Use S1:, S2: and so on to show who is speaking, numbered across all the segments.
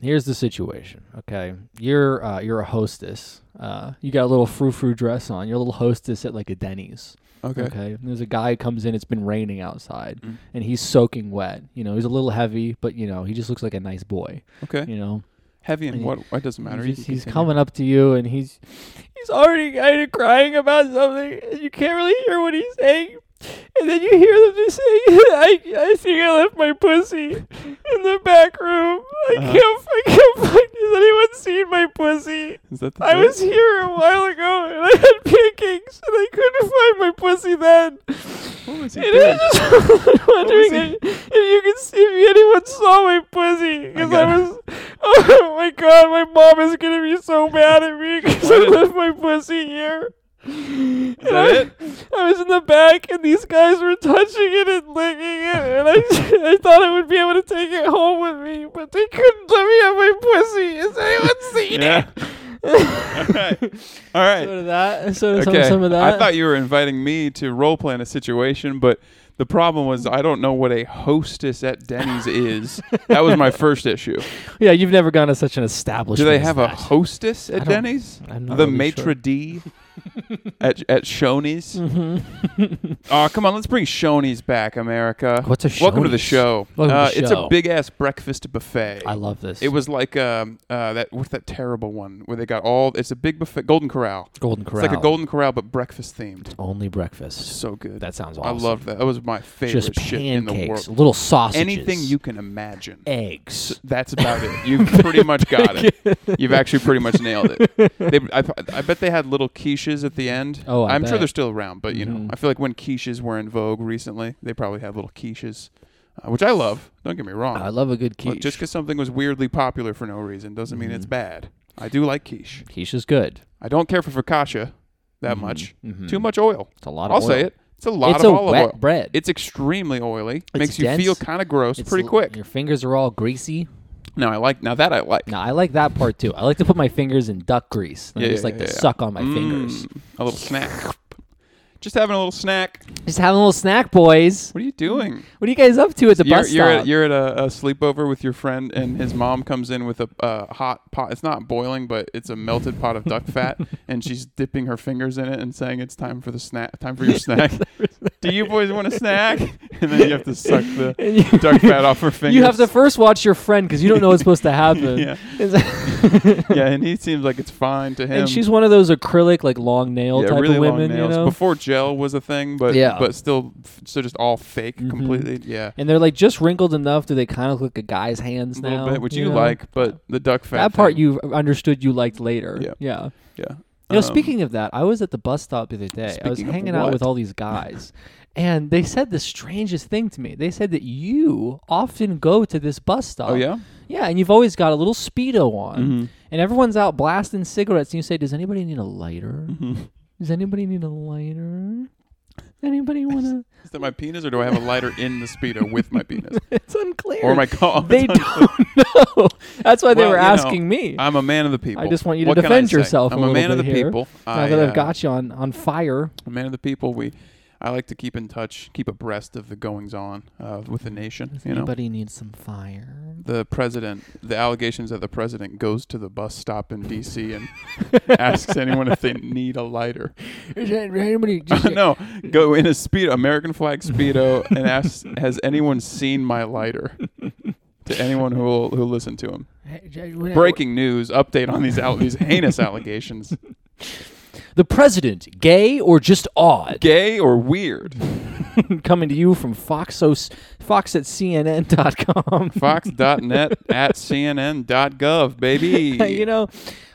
S1: here's the situation. Okay, you're uh, you're a hostess. Uh, you got a little frou frou dress on. You're a little hostess at like a Denny's.
S2: Okay.
S1: Okay. And There's a guy comes in. It's been raining outside,
S2: Mm.
S1: and he's soaking wet. You know, he's a little heavy, but you know, he just looks like a nice boy.
S2: Okay.
S1: You know,
S2: Heavy and
S1: And
S2: what? It doesn't matter. You
S1: He's,
S2: can
S1: he's
S2: continue.
S1: coming up to you, and he's he's already kind of crying about something. and You can't really hear what he's saying, and then you hear them just saying, "I I think I left my pussy in the back room. I
S2: Uh-huh.
S1: can't I can't find. Has anyone seen my pussy?
S2: Is that the
S1: I
S2: joke?
S1: was here a while ago, and I had pancakes, and I couldn't find my pussy then."
S2: What was he
S1: And I
S2: doing?
S1: was just wondering
S2: he-
S1: if, if you could see if anyone saw my pussy because I,
S2: got-
S1: was. Oh my god, my mom is gonna be so mad at me because I
S2: Why did-
S1: left my pussy here. Is
S2: that
S1: I,
S2: it?
S1: I was in the back and these guys were touching it and licking it, and I, I thought I would be able to take it home with me, but they couldn't let me have my pussy. Has anyone seen
S2: Yeah. All
S1: it?
S2: right. All right.
S1: Sort of that. Sort of
S2: okay.
S1: some, some of that.
S2: I thought you were inviting me to role play in a situation, but the problem was I don't know what a hostess at Denny's is. That was my first issue.
S1: yeah, you've never gone to such an establishment.
S2: Do they
S1: as
S2: have a
S1: that.
S2: hostess
S1: I
S2: at
S1: don't-
S2: Denny's?
S1: I'm not
S2: The
S1: really
S2: maitre
S1: sure.
S2: d at at Shoney's. Oh, come on, let's bring Shoney's back, America.
S1: Mm-hmm. What's a
S2: Welcome to the
S1: Shoney's?
S2: show.
S1: Welcome to
S2: uh,
S1: the
S2: It's a
S1: show.
S2: big ass breakfast buffet.
S1: I love this.
S2: It was like um, uh, that. What's that terrible one where they got all? It's a big buffet, Golden Corral.
S1: Golden Corral.
S2: It's like a Golden Corral but breakfast themed.
S1: only breakfast.
S2: So good.
S1: That sounds
S2: I
S1: awesome.
S2: loved that. That was my favorite
S1: Just
S2: shit in the
S1: pancakes,
S2: world.
S1: little sausages,
S2: Anything you can imagine.
S1: eggs.
S2: That's about it. You pretty much got it. You've actually pretty much nailed it. They, I, I bet they had little quiches at the end.
S1: Oh, I
S2: am sure
S1: bet.
S2: they're still around, but you know,
S1: Mhm.
S2: I feel like when quiches were in vogue recently, they probably had little quiches, uh, which I love. Don't get me wrong.
S1: I love a good
S2: But
S1: quiche.
S2: Just because something was weirdly popular for no reason doesn't mean it's
S1: Mhm.
S2: bad. I do like quiche.
S1: quiche is good.
S2: I don't care for focaccia that
S1: Mhm,
S2: much.
S1: mhm.
S2: Too much oil.
S1: It's a lot.
S2: I'll
S1: Of oil.
S2: say it. It's a lot
S1: it's
S2: of
S1: a
S2: olive
S1: wet
S2: oil.
S1: bread.
S2: It's extremely oily.
S1: dense.
S2: Makes you feel kind of gross
S1: It's
S2: pretty
S1: l-
S2: quick.
S1: Your fingers are all greasy.
S2: Now I like. Now that I like.
S1: Now I like that part too. I like to put my fingers in duck grease. And
S2: Yeah,
S1: I just
S2: yeah,
S1: like to
S2: yeah, yeah.
S1: suck on my fingers.
S2: Mm, A little snack. Just having a little snack.
S1: Just having a little snack, boys.
S2: What are you doing?
S1: What are you guys up to at the
S2: you're,
S1: bus
S2: you're
S1: stop?
S2: at, you're at a, a sleepover with your friend, and his mom comes in with a uh, hot pot. It's not boiling, but it's a melted pot of duck fat, and she's dipping her fingers in it and saying, "It's time for the snack. Time for your snack. Do you boys want a snack?" And then you have to suck the
S1: And you-
S2: duck fat off her fingers.
S1: You have to first watch your friend because you don't know what's supposed to happen.
S2: Yeah.
S1: It's-
S2: yeah, and he seems like it's fine to him.
S1: and she's one of those acrylic, like long nail
S2: yeah,
S1: type
S2: really
S1: of women,
S2: long nails.
S1: you know.
S2: Before gel was a thing, but
S1: Yeah.
S2: but still, f- so just all fake
S1: Mhm.
S2: completely. Yeah,
S1: and they're like just wrinkled enough that they kind of look like a guy's hands
S2: a
S1: now.
S2: little bit, which you,
S1: know?
S2: like, but the duck fat.
S1: That part
S2: thing,
S1: you understood you liked later.
S2: Yeah.
S1: Yeah. You
S2: yeah.
S1: know,
S2: Um,
S1: speaking of that, I was at the bus stop the other day. I was
S2: speaking of
S1: hanging out with
S2: what?
S1: all these guys, and they said the strangest thing to me. They said that you often go to this bus stop.
S2: Oh yeah.
S1: Yeah, and you've always got a little speedo on,
S2: Mhm.
S1: and everyone's out blasting cigarettes, and you say, "Does anybody need a lighter?
S2: Mm-hmm.
S1: Does anybody need a lighter? Anybody wanna?"
S2: Is that my penis, or do I have a lighter in the speedo with my penis,
S1: it's unclear.
S2: or my cock?
S1: they don't know. That's why they
S2: Well,
S1: were
S2: you know,
S1: asking me.
S2: I'm a man of the people.
S1: I just want you to
S2: What can I
S1: defend
S2: say?
S1: yourself a
S2: I'm a,
S1: little
S2: man of the
S1: bit here.
S2: people.
S1: now
S2: I,
S1: that I've
S2: uh,
S1: got you on on fire,
S2: a man of the people. We, I like to keep in touch, keep abreast of the goings on uh, with the nation. You know,
S1: anybody needs some fire?
S2: the president, the allegations that the president goes to the bus stop in D.C. and asks anyone if they need a lighter.
S1: Is there anybody?
S2: no, go in a speedo, American flag speedo, and asks, "Has anyone seen my lighter?" to anyone who will who listen to him. Breaking news: update on these al- these heinous allegations.
S1: The president, gay or just odd?
S2: Gay or weird?
S1: Coming to you from Fox, Fox at CNN.com.
S2: Fox.net at CNN.gov, baby.
S1: you know,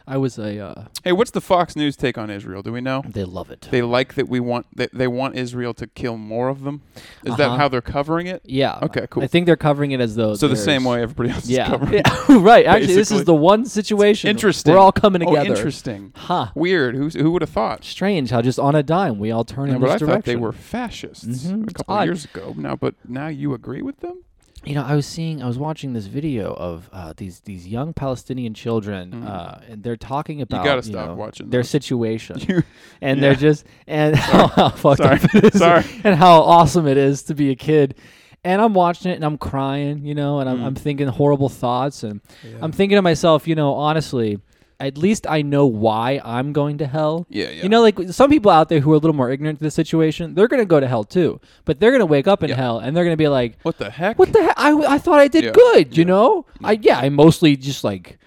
S1: I was a. Uh,
S2: Hey, what's the Fox News take on Israel? Do we know?
S1: they love it.
S2: They like that we want they, they want Israel to kill more of them. Is that
S1: Uh-huh.
S2: how they're covering it?
S1: yeah.
S2: Okay, cool.
S1: I think they're covering it as though.
S2: So the
S1: there's-
S2: same way everybody else is
S1: Yeah.
S2: covering. it.
S1: yeah. right. Actually, this
S2: Basically.
S1: is the one situation.
S2: Interesting.
S1: We're all coming together.
S2: Oh, interesting.
S1: Huh.
S2: Weird. Who's, who would have thought?
S1: Strange how just on a dime we all turn
S2: Yeah,
S1: in
S2: but
S1: this
S2: I
S1: direction.
S2: thought they were fascists
S1: Mhm.
S2: a
S1: It's
S2: couple
S1: odd.
S2: years ago. Now, but now you agree with them?
S1: You know, I was seeing, I was watching this video of uh, these these young Palestinian children,
S2: Mhm.
S1: uh, and they're talking about
S2: gotta stop
S1: know,
S2: watching
S1: their
S2: those.
S1: situation,
S2: You-
S1: and
S2: yeah.
S1: they're just and how, how fucked
S2: Sorry.
S1: up it is,
S2: Sorry.
S1: and how awesome it is to be a kid. And I'm watching it and I'm crying, you know, and I'm,
S2: Mm.
S1: I'm thinking horrible thoughts. And I'm thinking to myself, you know, honestly, at least I know why I'm going to hell.
S2: Yeah, yeah.
S1: You know, like some people out there who are a little more ignorant to the situation, they're going to go to hell too. But they're going to wake up in
S2: Yeah.
S1: hell and they're going to be like,
S2: what the heck?
S1: what the heck? I, I thought I did
S2: Yeah,
S1: good, you
S2: yeah,
S1: know? I yeah, I mostly just like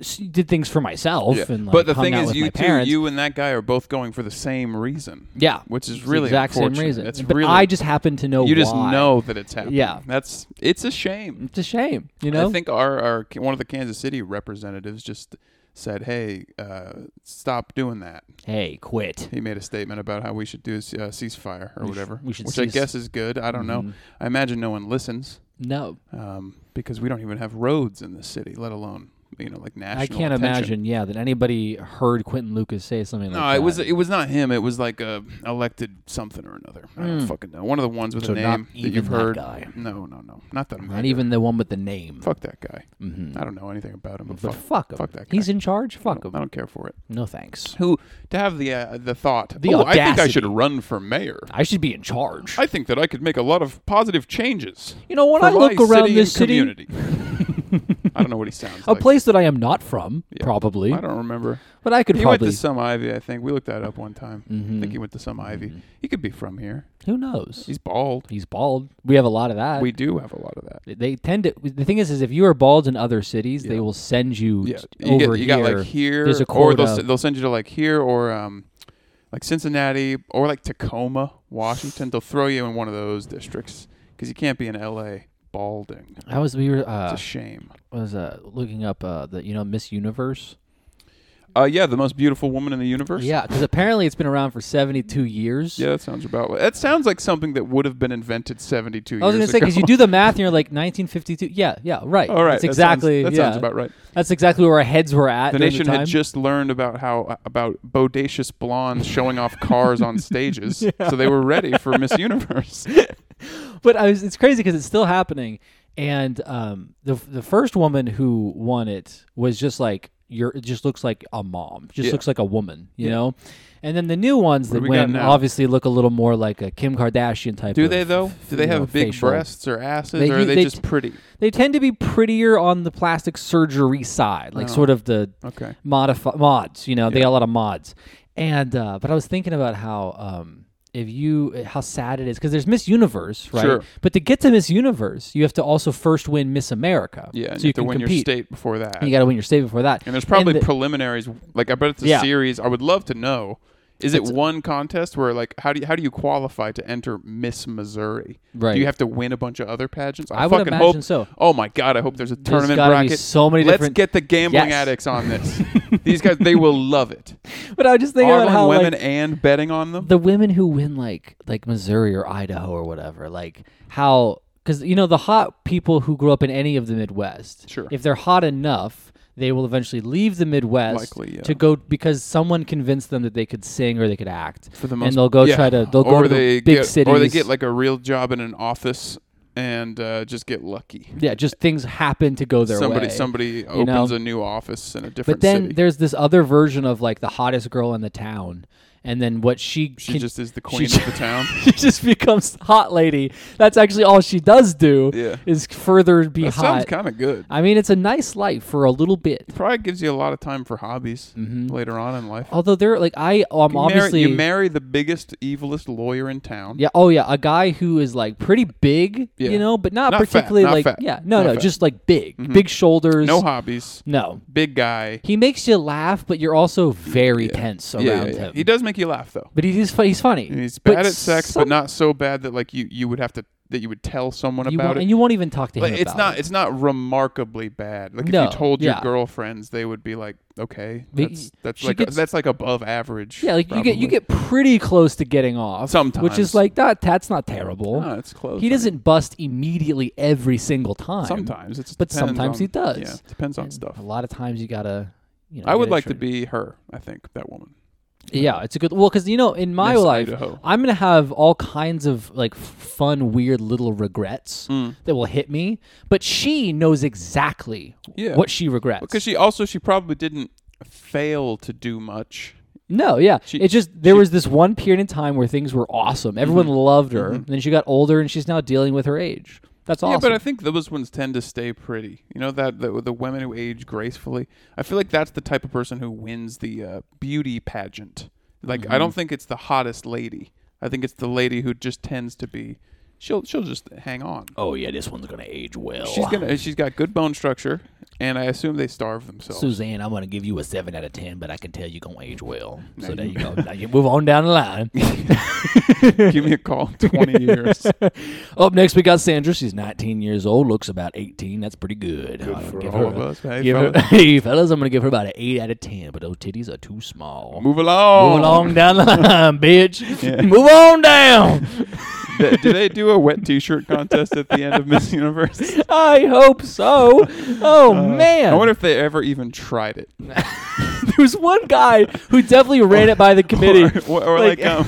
S1: s- did things for myself
S2: Yeah.
S1: and like
S2: but the
S1: hung
S2: thing
S1: out
S2: is,
S1: with
S2: you
S1: my
S2: two,
S1: parents.
S2: you and that guy are both going for the same reason.
S1: yeah,
S2: which is
S1: it's
S2: really
S1: the exact same
S2: unfortunate.
S1: reason.
S2: It's
S1: but
S2: really
S1: I just happen to know
S2: you just
S1: why.
S2: know that it's happening.
S1: Yeah.
S2: that's it's a shame.
S1: It's a shame, you know.
S2: I think our, our one of the Kansas City representatives just said, "Hey, uh, stop doing that."
S1: hey, quit.
S2: He made a statement about how we should do a ce- uh, ceasefire or
S1: We sh-
S2: whatever,
S1: we should
S2: which I
S1: cease-
S2: guess is good. I don't know.
S1: Mhm.
S2: I imagine no one listens
S1: No,
S2: um, because we don't even have roads in the city, let alone you know like national.
S1: I can't
S2: attention.
S1: imagine. Yeah, that anybody heard Quentin Lucas say something like
S2: No,
S1: that.
S2: it was it was not him. It was like a elected something or another. I don't
S1: Mm.
S2: fucking know. One of the ones with
S1: So
S2: a
S1: not
S2: name that
S1: even
S2: you've
S1: that
S2: heard.
S1: guy.
S2: No, no, no, not that.
S1: not even the one with the name.
S2: Fuck that guy.
S1: Mhm.
S2: I don't know anything about him. But,
S1: But
S2: fuck,
S1: fuck him.
S2: fuck that guy.
S1: He's in charge.
S2: I
S1: Fuck
S2: don't-
S1: him.
S2: I don't care for it.
S1: No thanks.
S2: Who to have the uh, the thought?
S1: The
S2: "Oh, I think I
S1: audacity.
S2: should run for mayor.
S1: I should be in charge.
S2: I think that I could make a lot of positive changes.
S1: you know, when
S2: for
S1: I look
S2: my
S1: around
S2: city
S1: this
S2: and
S1: city,
S2: community. I don't know what he sounds
S1: a
S2: like.
S1: place that I am not from,
S2: Yeah.
S1: probably,
S2: I don't remember.
S1: but I could
S2: He went
S1: probably
S2: to some Ivy, I think. We looked that up one time. I think he went to some Ivy.
S1: Mhm.
S2: He could be from here.
S1: Who knows? He's,
S2: He's bald.
S1: bald. We have a lot of that.
S2: we do have a lot of that.
S1: they tend to. The thing is, is if you are bald in other cities,
S2: Yeah.
S1: they will send you
S2: Yeah,
S1: t-
S2: you,
S1: over
S2: get, you
S1: here.
S2: got like here,
S1: There's a
S2: or they'll,
S1: quota.
S2: s- they'll send you to like here or um, like Cincinnati or like Tacoma, Washington. They'll throw you in one of those districts because you can't be in L.A. balding. It's
S1: I was we were
S2: a
S1: uh,
S2: shame.
S1: was uh, looking up uh, the you know Miss Universe.
S2: Uh, yeah, the most beautiful woman in the universe.
S1: Yeah, because apparently it's been around for 72 years.
S2: Yeah, that sounds about. That sounds like something that would have been invented seventy-two years
S1: I was gonna say
S2: ago.
S1: because you do the math and you're like 1952. Yeah, yeah, right.
S2: All
S1: That's
S2: right, that sounds-
S1: exactly.
S2: That sounds,
S1: yeah,
S2: about right.
S1: that's exactly where our heads were at.
S2: The
S1: during
S2: nation
S1: the time.
S2: had just learned about how about bodacious blondes showing off cars on stages, so they were ready for Miss Universe.
S1: but I was, it's crazy because it's still happening. And um, the the first woman who won it was just like you're. It just looks like a mom. Just
S2: Yeah.
S1: looks like a woman. You
S2: Yeah.
S1: know. And then the new ones
S2: What
S1: that
S2: do we got
S1: win
S2: now?
S1: obviously look a little more like a Kim Kardashian type.
S2: Do
S1: of-
S2: they though? Do they
S1: you know,
S2: have big
S1: facial.
S2: breasts or asses,
S1: They-
S2: or are they,
S1: they-
S2: just pretty?
S1: They tend to be prettier on the plastic surgery side, like
S2: Oh.
S1: sort of the
S2: Okay.
S1: modify mods. You know, they
S2: Yeah.
S1: got a lot of mods. And uh, but I was thinking about how um, if you how sad it is because there's Miss Universe, right?
S2: Sure.
S1: But to get to Miss Universe, you have to also first win Miss America.
S2: Yeah, and
S1: so
S2: you, have to
S1: can
S2: win your
S1: compete.
S2: state before that.
S1: You got to win your state before that.
S2: and there's probably
S1: the-
S2: preliminaries. Like I bet it's a
S1: Yeah.
S2: series. I would love to know. Is it
S1: It's-
S2: one contest where like how do you, how do you qualify to enter Miss Missouri?
S1: Right.
S2: Do you have to win a bunch of other pageants?
S1: I would
S2: fucking
S1: imagine
S2: hope.
S1: so.
S2: Oh my god! I hope there's a
S1: There's
S2: tournament
S1: gotta be
S2: bracket.
S1: so many
S2: Let's
S1: different-
S2: get the gambling
S1: Yes.
S2: addicts on this. These guys, they will love it.
S1: But I was just thinking
S2: Online
S1: about how
S2: women
S1: like,
S2: and betting on them.
S1: the women who win like like Missouri or Idaho or whatever, like how because you know the hot people who grew up in any of the Midwest,
S2: Sure.
S1: if they're hot enough. They will eventually leave the Midwest
S2: Likely, yeah.
S1: to go because someone convinced them that they could sing or they could act,
S2: for the most,
S1: and they'll go
S2: yeah.
S1: try to they'll go
S2: or
S1: to
S2: they
S1: the big
S2: get,
S1: cities
S2: or they get like a real job in an office and uh, just get lucky.
S1: yeah, just things happen to go their
S2: somebody
S1: way.
S2: somebody opens
S1: know?
S2: a new office in a different
S1: but then
S2: city.
S1: there's this other version of like the hottest girl in the town, and then what she
S2: She
S1: can-
S2: just is the queen
S1: she-
S2: of the town.
S1: she just becomes hot lady. That's actually all she does do
S2: Yeah.
S1: is further be
S2: That sounds
S1: hot.
S2: kind of good.
S1: I mean, it's a nice life for a little bit.
S2: Probably gives you a lot of time for hobbies later on in life.
S1: Although they're like I, I'm
S2: You marry,
S1: Mm-hmm. Oh, obviously
S2: you marry the biggest, evilest lawyer in town.
S1: yeah. Oh yeah, a guy who is like pretty big,
S2: Yeah.
S1: you know, but not,
S2: Not fat,
S1: particularly
S2: not
S1: like
S2: fat,
S1: yeah, no,
S2: not
S1: no,
S2: fat. Mm-hmm.
S1: just like big, big shoulders.
S2: No hobbies.
S1: no,
S2: Big guy.
S1: he makes you laugh, but you're also very tense around
S2: Yeah, yeah, yeah.
S1: him.
S2: He does make you laugh though.
S1: But he's fu- he's funny.
S2: And he's
S1: But
S2: bad at sex,
S1: some-
S2: but not so bad that like you, you would have to that you would tell someone
S1: you
S2: about
S1: won't,
S2: it.
S1: and you won't even talk to
S2: Like
S1: him.
S2: it's
S1: about
S2: not
S1: it.
S2: it's not remarkably bad. Like
S1: No,
S2: if you told your
S1: yeah.
S2: girlfriends, they would be like, okay,
S1: But
S2: that's that's
S1: she
S2: like
S1: gets-
S2: that's like above average.
S1: Yeah, like you get you
S2: probably.
S1: get pretty close to getting off which
S2: Sometimes.
S1: is like that. That's not terrible.
S2: No, it's close.
S1: he
S2: I mean,
S1: doesn't bust immediately every single time.
S2: sometimes it's
S1: but
S2: depends
S1: sometimes
S2: on-
S1: he does.
S2: Yeah, depends on
S1: And
S2: stuff.
S1: A lot of times you gotta. You know,
S2: I
S1: get
S2: would
S1: it
S2: like to
S1: straight.
S2: be her. I think that woman.
S1: Yeah, it's a good. Well, because you know, in my
S2: Miss
S1: life,
S2: Idaho.
S1: I'm gonna have all kinds of like f- fun, weird little regrets
S2: Mm.
S1: that will hit me. But she knows exactly
S2: Yeah.
S1: what she regrets.
S2: Because she also she probably didn't fail to do much.
S1: No, yeah.
S2: She-
S1: it's just there
S2: she- Mm-hmm.
S1: was this one period in time where things were awesome. Everyone loved her. And then she got older and she's now dealing with her age. That's awesome.
S2: Yeah, but I think those ones tend to stay pretty. You know that the, the women who age gracefully. I feel like that's the type of person who wins the uh, beauty pageant. Like I
S1: Mm-hmm.
S2: don't think it's the hottest lady. I think it's the lady who just tends to be. She'll she'll just hang on.
S1: oh yeah, this one's gonna age well.
S2: She's gonna. She's got good bone structure, and I assume they starve themselves.
S1: Suzanne, I'm gonna give you a seven out of ten, but I can tell you're gonna age well. So there you go. Now you move on down the line.
S2: Give me a call in twenty years.
S1: Up next, we got Sandra. She's 19 years old, looks about 18. That's pretty good. Good
S2: for all of us. Hey,
S1: give her-
S2: fellas.
S1: hey, fellas, I'm going to give her about an 8 out of 10, but those titties are too small.
S2: Move along.
S1: Move along down the line, bitch. Move on down.
S2: Do do they do a wet T-shirt contest at the end of Miss Universe?
S1: I hope so. Oh, man.
S2: Uh, I wonder if they ever even tried it.
S1: there was one guy who definitely ran it by the committee.
S2: or, or
S1: Like-
S2: like, um,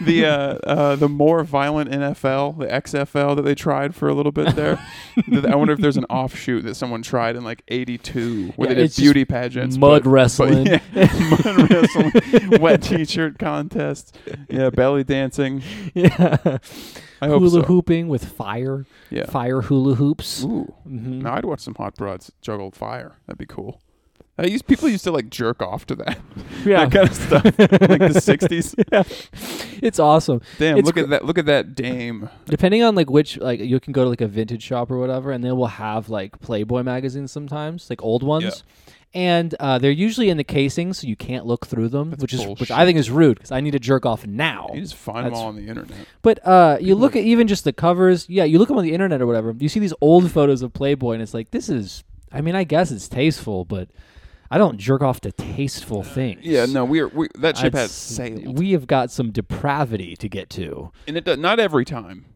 S2: the uh, uh, the more violent NFL, the XFL that they tried for a little bit there. Th- I wonder if there's an offshoot that someone tried in like '82 where
S1: Yeah,
S2: they
S1: it's
S2: did
S1: just
S2: beauty pageants,
S1: mud
S2: but- but
S1: wrestling.
S2: yeah, mud wrestling, wet T-shirt contest, yeah, belly dancing.
S1: yeah.
S2: I hope
S1: Hula
S2: so.
S1: hooping with fire.
S2: Yeah.
S1: Fire hula hoops. Mm-hmm.
S2: Ooh, now I'd watch some hot broads juggle fire. That'd be cool. I used people used to like jerk off to that,
S1: Yeah.
S2: that kind of stuff, like the '60s.
S1: It's awesome.
S2: Damn,
S1: It's
S2: look
S1: gr-
S2: at that! Look at that dame.
S1: depending on like which like you can go to like a vintage shop or whatever and they will have like playboy magazines sometimes like old ones and uh, they're usually in the casing so you can't look through them which is which i
S2: bullshit.
S1: think is rude because i need to jerk off now
S2: You just find
S1: That's-
S2: them all on the internet.
S1: but uh, you look at even just the covers yeah you look them on the internet or whatever you see these old photos of playboy and it's like this is i mean i guess it's tasteful but i don't jerk off to tasteful things
S2: Yeah, no, we are. We, that ship
S1: That's-
S2: has sailed,
S1: we have got some depravity to get to Mm-hmm.
S2: and it does not every time,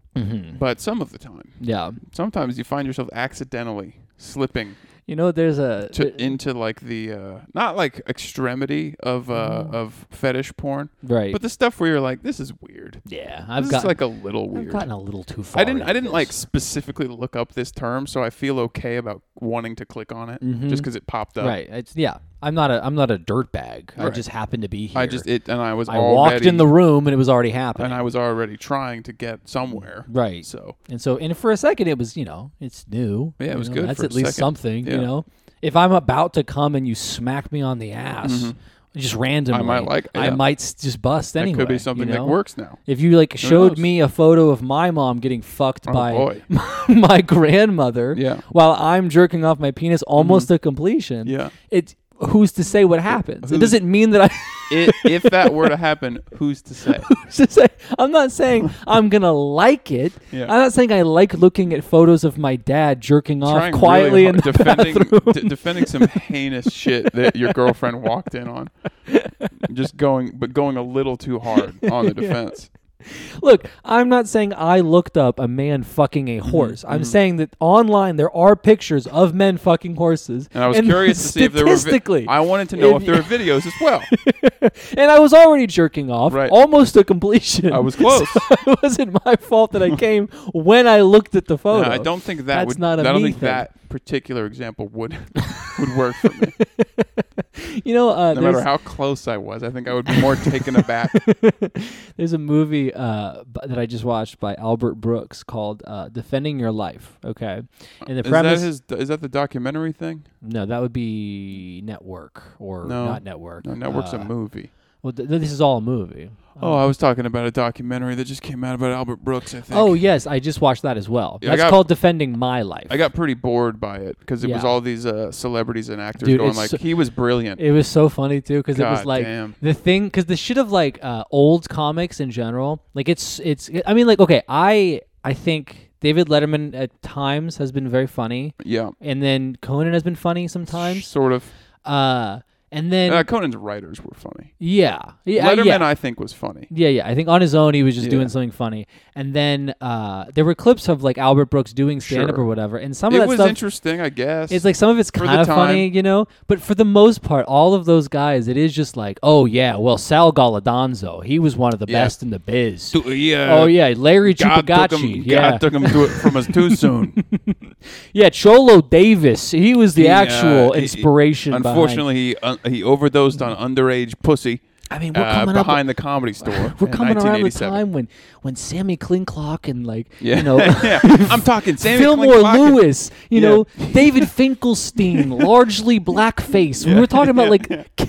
S2: but some of the time.
S1: yeah
S2: Sometimes you find yourself accidentally slipping
S1: you know there's a
S2: to, into like the uh, not like extremity of uh, of fetish porn,
S1: Mm. right
S2: but the stuff where you're like, this is weird.
S1: yeah i've
S2: this
S1: got
S2: is like a little weird.
S1: I've gotten a little too far.
S2: I didn't.
S1: into
S2: I didn't like
S1: this.
S2: specifically look up this term, so I feel okay about wanting to click on it just because it popped up.
S1: Mm-hmm. Right. It's yeah. I'm not a. I'm not a dirtbag. I
S2: Right.
S1: just happened to be here.
S2: I just it, and I was
S1: I
S2: already
S1: walked in the room and it was already happening.
S2: and I was already trying to get somewhere.
S1: right.
S2: So
S1: and so, and for a second, it was you know, it's new.
S2: Yeah, it
S1: you
S2: was
S1: know,
S2: good
S1: That's
S2: for
S1: at
S2: a
S1: least
S2: second.
S1: something. You
S2: Yeah.
S1: know, if I'm about to come and you smack me on the ass, just randomly,
S2: Mm-hmm. like-
S1: I
S2: yeah.
S1: might s- just bust
S2: that
S1: anyway.
S2: could be something
S1: you know?
S2: that works now.
S1: If you like showed
S2: knows? Oh,
S1: me a photo of my mom getting fucked by
S2: boy.
S1: my grandmother
S2: Yeah. Mm-hmm.
S1: while I'm jerking off my penis almost to completion,
S2: Yeah.
S1: it's who's to say what happens? it
S2: Who's-
S1: doesn't mean that I
S2: I if that were to happen, who's to say?
S1: who's to say I'm not saying I'm gonna like it.
S2: Yeah.
S1: I'm not saying I like looking at photos of my dad jerking off
S2: Trying
S1: quietly
S2: really
S1: in
S2: hard,
S1: the
S2: defending
S1: bathroom.
S2: d- defending some heinous shit that your girlfriend walked in on. Just going, but going a little too hard on the defense.
S1: Look, I'm not saying I looked up a man fucking
S2: Mm-hmm.
S1: a horse. I'm saying that online there are pictures of men fucking horses.
S2: And I was curious to see if there were.
S1: statistically,
S2: Vi- I wanted to know
S1: If
S2: if there were videos as well.
S1: and I was already jerking off,
S2: Right.
S1: almost to completion.
S2: I was close.
S1: So it wasn't my fault that I came when I looked at the
S2: No,
S1: photo.
S2: I don't think that
S1: That's
S2: would.
S1: not a
S2: I don't
S1: me
S2: think
S1: thing.
S2: that particular example would would work for me.
S1: You know, uh,
S2: No
S1: there's,
S2: matter how close I was, I think I would be more taken aback.
S1: there's a movie uh, b- that I just watched by Albert Brooks called uh, "Defending Your Life." Okay, and the
S2: Is that
S1: premise
S2: his? Is that the documentary thing?
S1: no, that would be Network or
S2: No.
S1: not Network.
S2: No, Network's
S1: Uh,
S2: a movie.
S1: Well, th- this is all a movie.
S2: Oh,
S1: Um,
S2: I was talking about a documentary that just came out about Albert Brooks. I think.
S1: Oh yes, I just watched that as well.
S2: Yeah, I
S1: That's
S2: got-
S1: called "Defending My Life."
S2: I got pretty bored by it because it was
S1: Yeah.
S2: all these uh, celebrities and actors
S1: Dude,
S2: going
S1: it's
S2: like,
S1: so-
S2: "He was brilliant."
S1: It was so funny too because it was
S2: God
S1: like
S2: damn.
S1: the thing because the shit of like uh, old comics in general, like it's it's. I mean, like okay, I I think David Letterman at times has been very funny,
S2: yeah,
S1: and then Conan has been funny sometimes.
S2: sort of.
S1: Uh, and then
S2: Uh, Conan's writers were funny.
S1: yeah, yeah, uh,
S2: Letterman,
S1: yeah.
S2: I think, was funny.
S1: yeah, yeah. I think on his own he was just doing
S2: Yeah.
S1: something funny, and then uh, there were clips of like Albert Brooks doing stand up or
S2: Sure.
S1: whatever, and some of
S2: It
S1: that
S2: was
S1: stuff
S2: interesting, I guess.
S1: It's like some of it's
S2: the
S1: kind of funny,
S2: time.
S1: you know, but for the most part, all of those guys, it is just like, oh yeah, well Sal Galladonzo, he was one of the
S2: Yeah.
S1: best in the biz.
S2: yeah.
S1: oh yeah, Larry
S2: God took him.
S1: Chupagachi, yeah,
S2: God took him to it from us too soon.
S1: yeah, Cholo Davis, he was the
S2: He, uh,
S1: actual
S2: he-
S1: inspiration. behind-
S2: Unfortunately, he uh, he overdosed on underage pussy.
S1: I mean, we're
S2: uh,
S1: coming up.
S2: behind the comedy store.
S1: we're
S2: in
S1: coming around the
S2: 1987.
S1: time when when Sammy Klinklock and like
S2: Yeah,
S1: you know
S2: yeah. I'm talking Sammy
S1: Fillmore
S2: Klinklock and-
S1: Lewis, you
S2: Yeah.
S1: know David Finkelstein, largely blackface. We were talking about like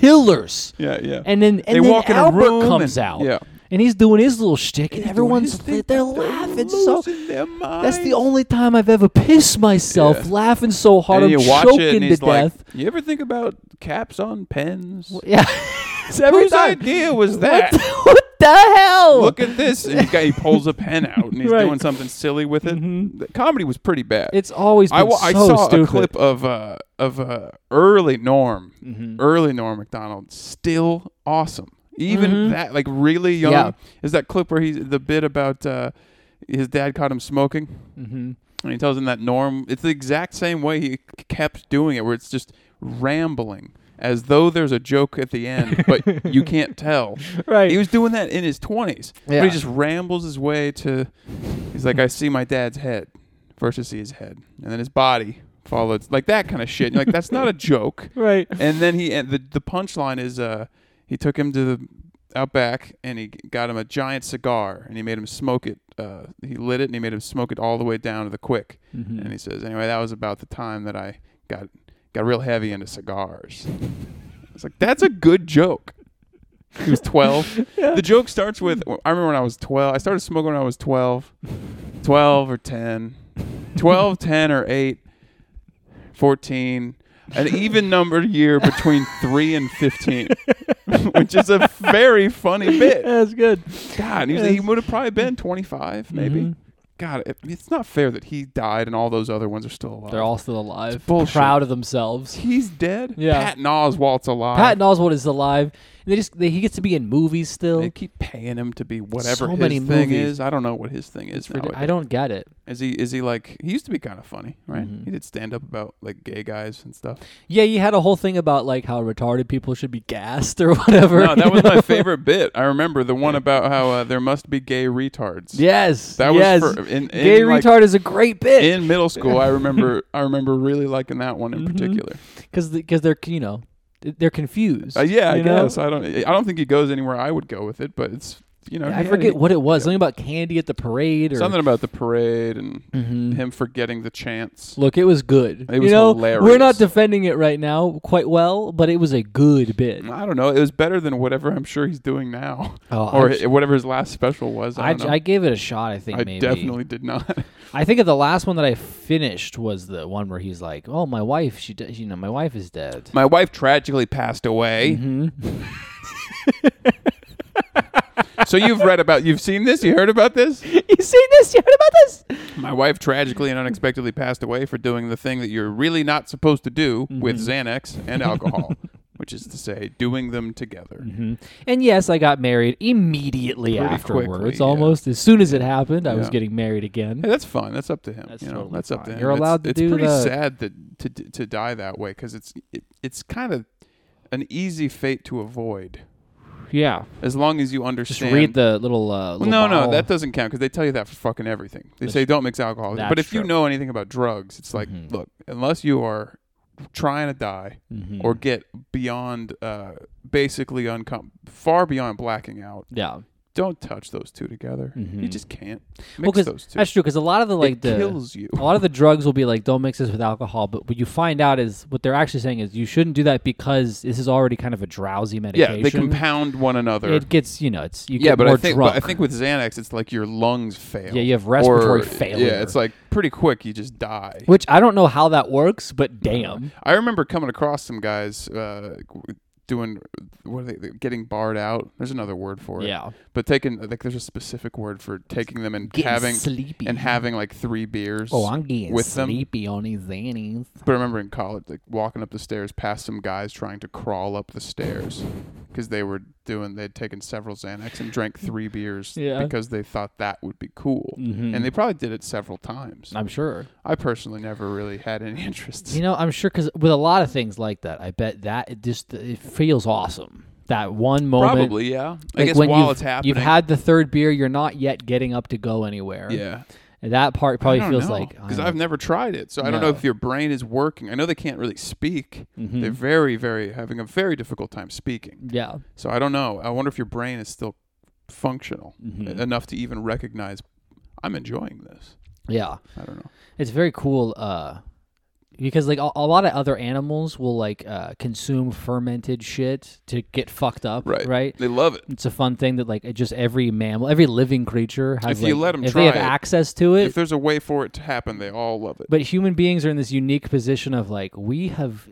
S1: killers,
S2: Yeah, yeah.
S1: and then and
S2: They
S1: then
S2: walk in a
S1: Albert
S2: room
S1: comes
S2: and-
S1: out,
S2: yeah.
S1: and he's doing his little shtick, and
S2: He's doing
S1: everyone's
S2: his thing.
S1: they're
S2: They're
S1: laughing so.
S2: losing their
S1: That's the
S2: minds.
S1: only time I've ever pissed myself
S2: Yeah.
S1: laughing so hard
S2: And
S1: I'm
S2: you watch
S1: choking
S2: it and
S1: to
S2: he's like,
S1: death.
S2: You ever think about caps on pens?
S1: Yeah, it's every
S2: Whose
S1: time.
S2: idea was
S1: What
S2: that?
S1: the, what the hell?
S2: Look at this. And he's got, he pulls a pen out and he's
S1: Right. Mm-hmm.
S2: doing something silly with it. The comedy was pretty bad.
S1: it's always been
S2: I, wa-
S1: so
S2: I saw
S1: stupid.
S2: a clip of uh, of uh, early Norm,
S1: Mm-hmm.
S2: early Norm McDonald, still awesome. Even that, like really young,
S1: Mm-hmm. Yeah.
S2: is that clip where he's the bit about uh, his dad caught him smoking, mm-hmm. and he tells him that Norm. It's the exact same way he c- kept doing it, where it's just rambling. As though there's a joke at the end, but you can't tell.
S1: Right.
S2: He was doing that in his 20s. But
S1: Yeah.
S2: he just rambles his way to. He's like, I see my dad's head. First, I see his head, and then his body followed, like that kind of shit. You're like, that's not a joke.
S1: Right.
S2: And then he, and the the punchline is, uh, he took him to the out back, and he got him a giant cigar, and he made him smoke it. Uh, he lit it, and he made him smoke it all the way down to the quick.
S1: Mm-hmm.
S2: And he says, anyway, that was about the time that I got got real heavy into cigars. It's like that's a good joke. He was 12. The joke starts with I remember when I was 12. I started smoking when I was 12. 12 or 10. 12, 10 or 8. 14. An even numbered year between 3 and 15, which is a very funny bit.
S1: That's good.
S2: God, he, was- he would have probably been 25 maybe.
S1: Mm-hmm.
S2: God, it, it's not fair that he died and all those other ones are still alive.
S1: They're all still alive.
S2: bullshit.
S1: Proud of themselves.
S2: He's dead.
S1: Yeah.
S2: Patton Oswalt's alive.
S1: Patton Oswalt is alive. And they just they, he gets to be in movies still.
S2: They keep paying him to be whatever
S1: So
S2: his
S1: many
S2: thing
S1: movies.
S2: is. I don't know what his thing is.
S1: Ridic-
S2: nowadays.
S1: I don't get it.
S2: Is he is he like he used to be kind of funny, right?
S1: Mhm.
S2: He did stand up about like gay guys and stuff.
S1: Yeah, you had a whole thing about like how retarded people should be gassed or whatever.
S2: No, that
S1: you
S2: was
S1: know?
S2: my favorite bit. I remember the one about how uh, there must be gay retards.
S1: Yes.
S2: that was
S1: yes.
S2: for, in, in,
S1: Gay
S2: like,
S1: retard is a great bit.
S2: in middle school. I remember I remember really liking that one
S1: Mhm.
S2: in particular.
S1: because because they're you know they're confused.
S2: Uh, yeah, I
S1: you know?
S2: guess I don't I don't think he goes anywhere I would go with it, but it's you know
S1: I
S2: he had-
S1: forget
S2: he-
S1: what it was. Something about candy at the parade or
S2: something about the parade and
S1: Mhm.
S2: him forgetting the chance.
S1: Look, it was good.
S2: It
S1: you
S2: was
S1: know, we're
S2: hilarious.
S1: not defending it right now quite well, but it was a good bit.
S2: I don't know. It was better than whatever I'm sure he's doing now,
S1: Oh,
S2: or
S1: I-
S2: hi- whatever his last special was. I,
S1: I,
S2: don't know.
S1: I gave it a shot. I think
S2: I
S1: maybe.
S2: definitely did not.
S1: I think of the last one that I finished was the one where he's like, "Oh, my wife, she, de- you know, my wife is dead."
S2: My wife tragically passed away.
S1: Mm-hmm.
S2: so you've read about, you've seen this, you heard about this.
S1: you seen this? You heard about this?
S2: My wife tragically and unexpectedly passed away for doing the thing that you're really not supposed to do with
S1: Mm-hmm.
S2: Xanax and alcohol, which is to say, doing them together.
S1: And yes, I got married immediately
S2: Pretty
S1: afterwards.
S2: quickly, yeah.
S1: Almost as soon as it happened, I was
S2: Yeah. Uh,
S1: getting married again.
S2: Hey, that's fine. That's up to him.
S1: That's
S2: you know,
S1: totally
S2: that's up to
S1: fine.
S2: him.
S1: You're
S2: It's-
S1: allowed to
S2: it's
S1: do
S2: pretty
S1: that.
S2: sad that to to die that way because it's it, it's kind of an easy fate to avoid
S1: Yeah,
S2: as long as you
S1: just
S2: understand.
S1: read the little. Uh,
S2: Well,
S1: little
S2: no, no,
S1: bottle.
S2: that doesn't count because they tell you that for fucking everything. They
S1: That's-
S2: say don't mix alcohol, with it." but
S1: that's
S2: if you
S1: true.
S2: know anything about drugs, it's like
S1: Mhm.
S2: look, unless you are trying to die
S1: Mhm.
S2: or get beyond uh, basically uncom- far beyond blacking out,
S1: yeah.
S2: don't touch those two together. You
S1: Mhm.
S2: just can't
S1: Well,
S2: mix
S1: 'cause
S2: those two.
S1: Mm-hmm. that's true. Because a lot of the like
S2: it
S1: the
S2: kills you.
S1: a lot of the drugs will be like don't mix this with alcohol but what you find out is what they're actually saying is you shouldn't do that because this is already kind of a drowsy medication
S2: Yeah, they compound one another.
S1: it gets you know it's you
S2: yeah,
S1: get
S2: but
S1: more
S2: I think
S1: drunk
S2: but I think with Xanax, it's like your lungs fail.
S1: Yeah, you have respiratory
S2: Or-
S1: failure.
S2: Yeah, it's like pretty quick, you just die.
S1: which i don't know how that works but damn
S2: I remember coming across some guys uh, doing what are they they're getting barred out. There's another word for it.
S1: yeah
S2: but taking like there's a specific word for taking them and
S1: Getting
S2: having
S1: sleepy.
S2: and having like three beers.
S1: oh i'm getting
S2: with them.
S1: sleepy on these xannies
S2: But I remember in college, like walking up the stairs past some guys trying to crawl up the stairs because they were doing, they'd taken several Xanax and drank three beers
S1: Yeah.
S2: because they thought that would be cool.
S1: Mhm.
S2: And they probably did it several times.
S1: i'm sure
S2: I personally never really had any interest.
S1: you know i'm sure because with a lot of things like that i bet that it just it feels awesome that one moment
S2: probably, yeah. I
S1: like
S2: guess
S1: when
S2: while
S1: you've-
S2: it's happening.
S1: you've had the third beer you're not yet getting up to go anywhere
S2: yeah.
S1: And that part probably feels like
S2: because I've never tried it, so I don't know
S1: No.
S2: if your brain is working. I know they can't really speak;
S1: Mhm.
S2: they're very, very having a very difficult time speaking.
S1: yeah.
S2: So I don't know. I wonder if your brain is still functional e-,
S1: Mhm.
S2: enough to even recognize I'm enjoying this.
S1: Yeah.
S2: I don't know.
S1: It's very cool uh because like a, a lot of other animals will like uh consume fermented shit to get fucked up,
S2: Right.
S1: Right?
S2: They love it.
S1: It's a fun thing that like it just every mammal, every living creature has
S2: If you
S1: like,
S2: let 'em
S1: if they have
S2: try it.
S1: access to it.
S2: if there's a way for it to happen, they all love it.
S1: but human beings are in this unique position of like we have